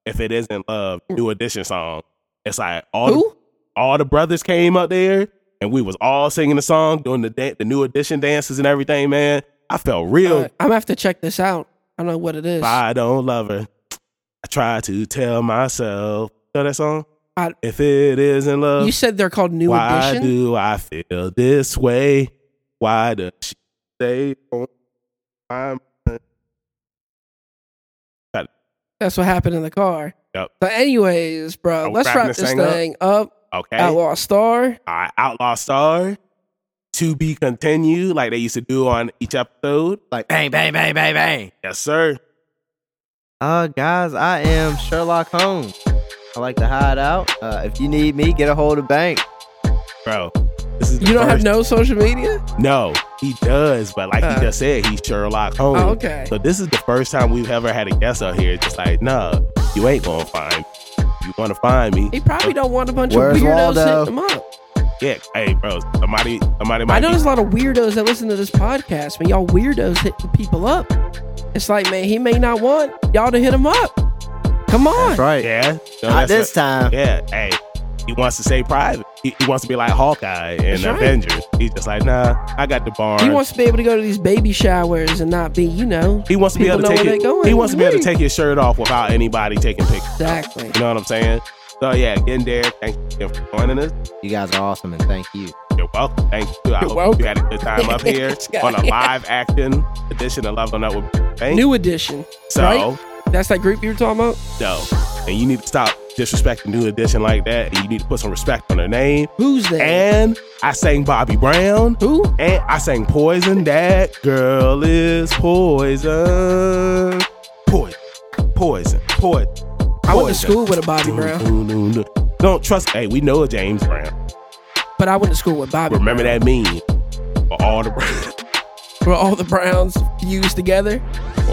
if it isn't love, new edition song, it's like all the
Mm. Who?
all the brothers came up there and we was all singing the song, doing the da- the new edition dances and everything, man. I felt real.
Uh, I'm gonna have to check this out. I don't know what it is.
if I don't love her, I try to tell myself. Know that song?
I-
if it isn't love,
You said they're called New
why
Edition.
do I feel this way? Why does she stay on my mind?
That's what happened in the car.
Yep.
So, anyways, bro,
Are we
let's
wrapping
wrap
this
this
thing up?
thing up.
Okay.
Outlaw Star.
uh, Outlaw Star to be continued, like they used to do on each episode.
Like bang, bang, bang, bang, bang.
Yes, sir.
Uh, guys, I am Sherlock Holmes. I like to hide out. Uh, if you need me, get a hold of Bank.
Bro, this is the
You don't have
first-
no social media?
No, he does, but like
Uh.
he just said, he's Sherlock Holmes.
Oh, okay.
So this is the first time we've ever had a guest out here. Just like, nah, you ain't gonna find. Me. You want to find me?
He probably don't want a bunch
Where's
of weirdos
Waldo?
hitting him up.
Yeah. Hey, bro. Somebody, somebody
I
might.
know
be-
there's a lot of weirdos that listen to this podcast, man. Y'all weirdos hitting people up. It's like, man, he may not want y'all to hit him up. Come on.
That's right.
<laughs> yeah. So
Not
that's
this
what-
time.
Yeah. Hey, he wants to stay private. He, he wants to be like Hawkeye and
That's right.
Avengers. He's just like, nah, I got the barn.
He wants to be able to go to these baby showers and not be, you know,
He wants to be
People
able to
know
take
where
it.
they going.
He wants to be able to
Hey.
take his shirt off without anybody taking pictures.
exactly.
You know what I'm saying? So yeah, get in there. Thank you again for joining us.
You guys are awesome, and thank you.
You're welcome. Thank you. I
You're
hope
welcome.
you had a good time up
<laughs>
here
This guy.
on a live action edition of Leveling Up with Bank.
New edition.
so
right? That's that group you were talking about?
no, and you need to stop disrespecting New Edition like that. And you need to put some respect on her name.
Who's that?
And I sang Bobby Brown.
Who?
And I sang Poison. That girl is poison. Poison. Poison. Poison.
I
Poison.
went to school with a Bobby Brown,
No, no, no. Don't trust. Hey, we know a James Brown.
but I went to school with Bobby.
Remember
Brown,
that meme? For all the <laughs> Browns.
Where all the Browns fused together.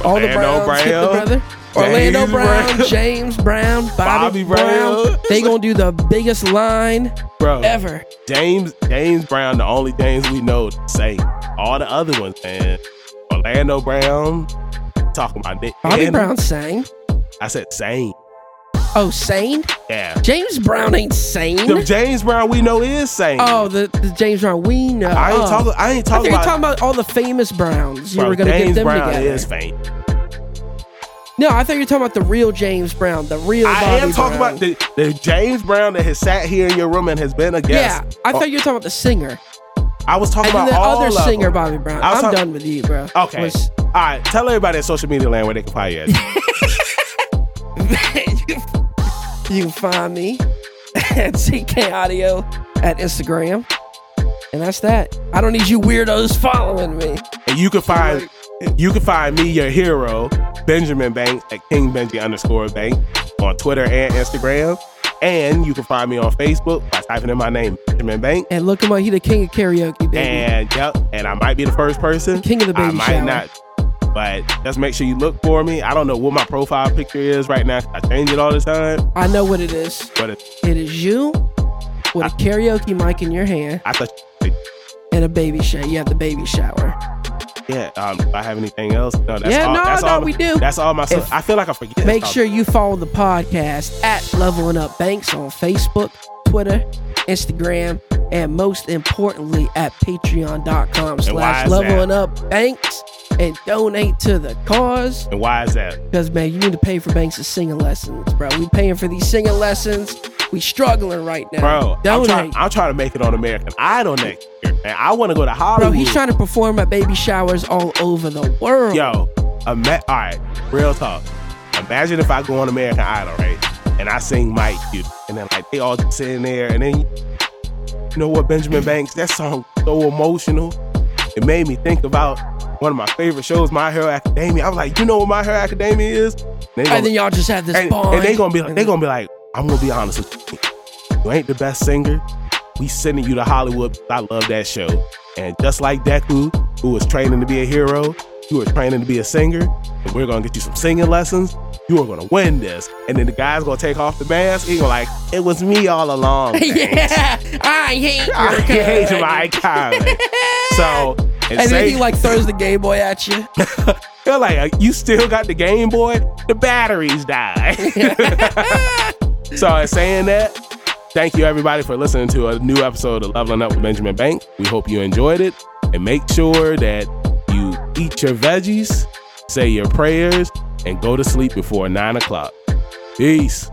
All the
Orlando
Browns get
Brown,
together. Orlando
James
Brown,
Brown.
James Brown, Bobby,
Bobby Brown.
Brown. They gonna do the biggest line
Bro,
ever.
James James Brown, the only James we know to say. All the other ones, man. Orlando Brown, talking about Nick
Bobby
Cannon.
Brown sang.
I said same.
Oh, sane.
Yeah.
James Brown ain't
The
sane.
James Brown we know is same.
Oh, the, the James Brown we know.
I ain't
Oh.
talking. I ain't
I
talking
think you're
about.
talking about all the famous Browns. You
bro,
were gonna
James
get them
Brown
together.
is fame.
No, I thought you were talking about the real James Brown, the real.
I
Bobby
am talking
Brown.
about the, the James Brown that has sat here in your room and has been a guest.
Yeah, I thought you were talking about the singer.
I was talking
And then
about
the
all
other
of them.
singer, Bobby Brown.
I was
I'm
talk-
done with you, bro.
Okay.
Was- <laughs>
All right. Tell everybody at social media land where they can find you. at.
you can find me at CK Audio at Instagram. And that's that. I don't need you weirdos following me.
and you can find you can find me, your hero, Benjamin Banks at King Benji underscore Bank on Twitter and Instagram. And you can find me on Facebook by typing in my name, Benjamin Bank.
And look him up. He the king of karaoke, baby.
And yep, and I might be the first person.
King of the
I
baby
might
shower.
not. But just make sure you look for me. I don't know what my profile picture is right now. I change it all the time.
I know what it is.
But it,
It is you with a karaoke mic in your hand
I thought,
and a baby shower. You have the baby shower.
yeah, um, do I have anything else? No, that's
Yeah,
all.
no,
that's
no,
all,
we do.
That's all my.
If-
I feel like I forget.
Make
something.
sure you follow the podcast at Leveling Up Banks on Facebook, Twitter, Instagram, and most importantly at patreon.com
why
slash
is that?
leveling up banks and donate to the cause.
And why is that?
Because man, you need to pay for Banks' singing lessons, bro. We paying for these singing lessons. We struggling right now.
Bro, I'm
donate.
trying, I'm trying to make it on American Idol next year, man. I want to go to
bro,
Hollywood.
he's trying to perform at baby showers all over the world.
Yo, ima- all right, real talk. Imagine if I go on American Idol, right? And I sing Mike, dude. And then, like, they all just sitting there. And then, you know what, Benjamin Banks, that song was so emotional. It made me think about one of my favorite shows, My Hero Academia. I was like, you know what My Hero Academia is? And they gonna-
And then y'all just have this
and,
bond.
and they gonna be like, they gonna be like, I'm gonna be honest with you. You ain't the best singer. We sending you to Hollywood. because I love that show. And just like Deku, who was training to be a hero, you were training to be a singer. And we're gonna get you some singing lessons. You are gonna win this. And then the guy's gonna take off the mask. He gonna like, it was me all
<laughs>
along.
yeah,
<laughs>
I hate your
I hate
kind."
my
<laughs>
comment. So
And then
say-
he like throws the Game Boy at you.
They're like, uh, you still got the Game Boy? The batteries died. so, in saying that, thank you everybody for listening to a new episode of Leveling Up with Benjamin Bank. We hope you enjoyed it. And make sure that you eat your veggies, say your prayers, and go to sleep before 9 o'clock. Peace.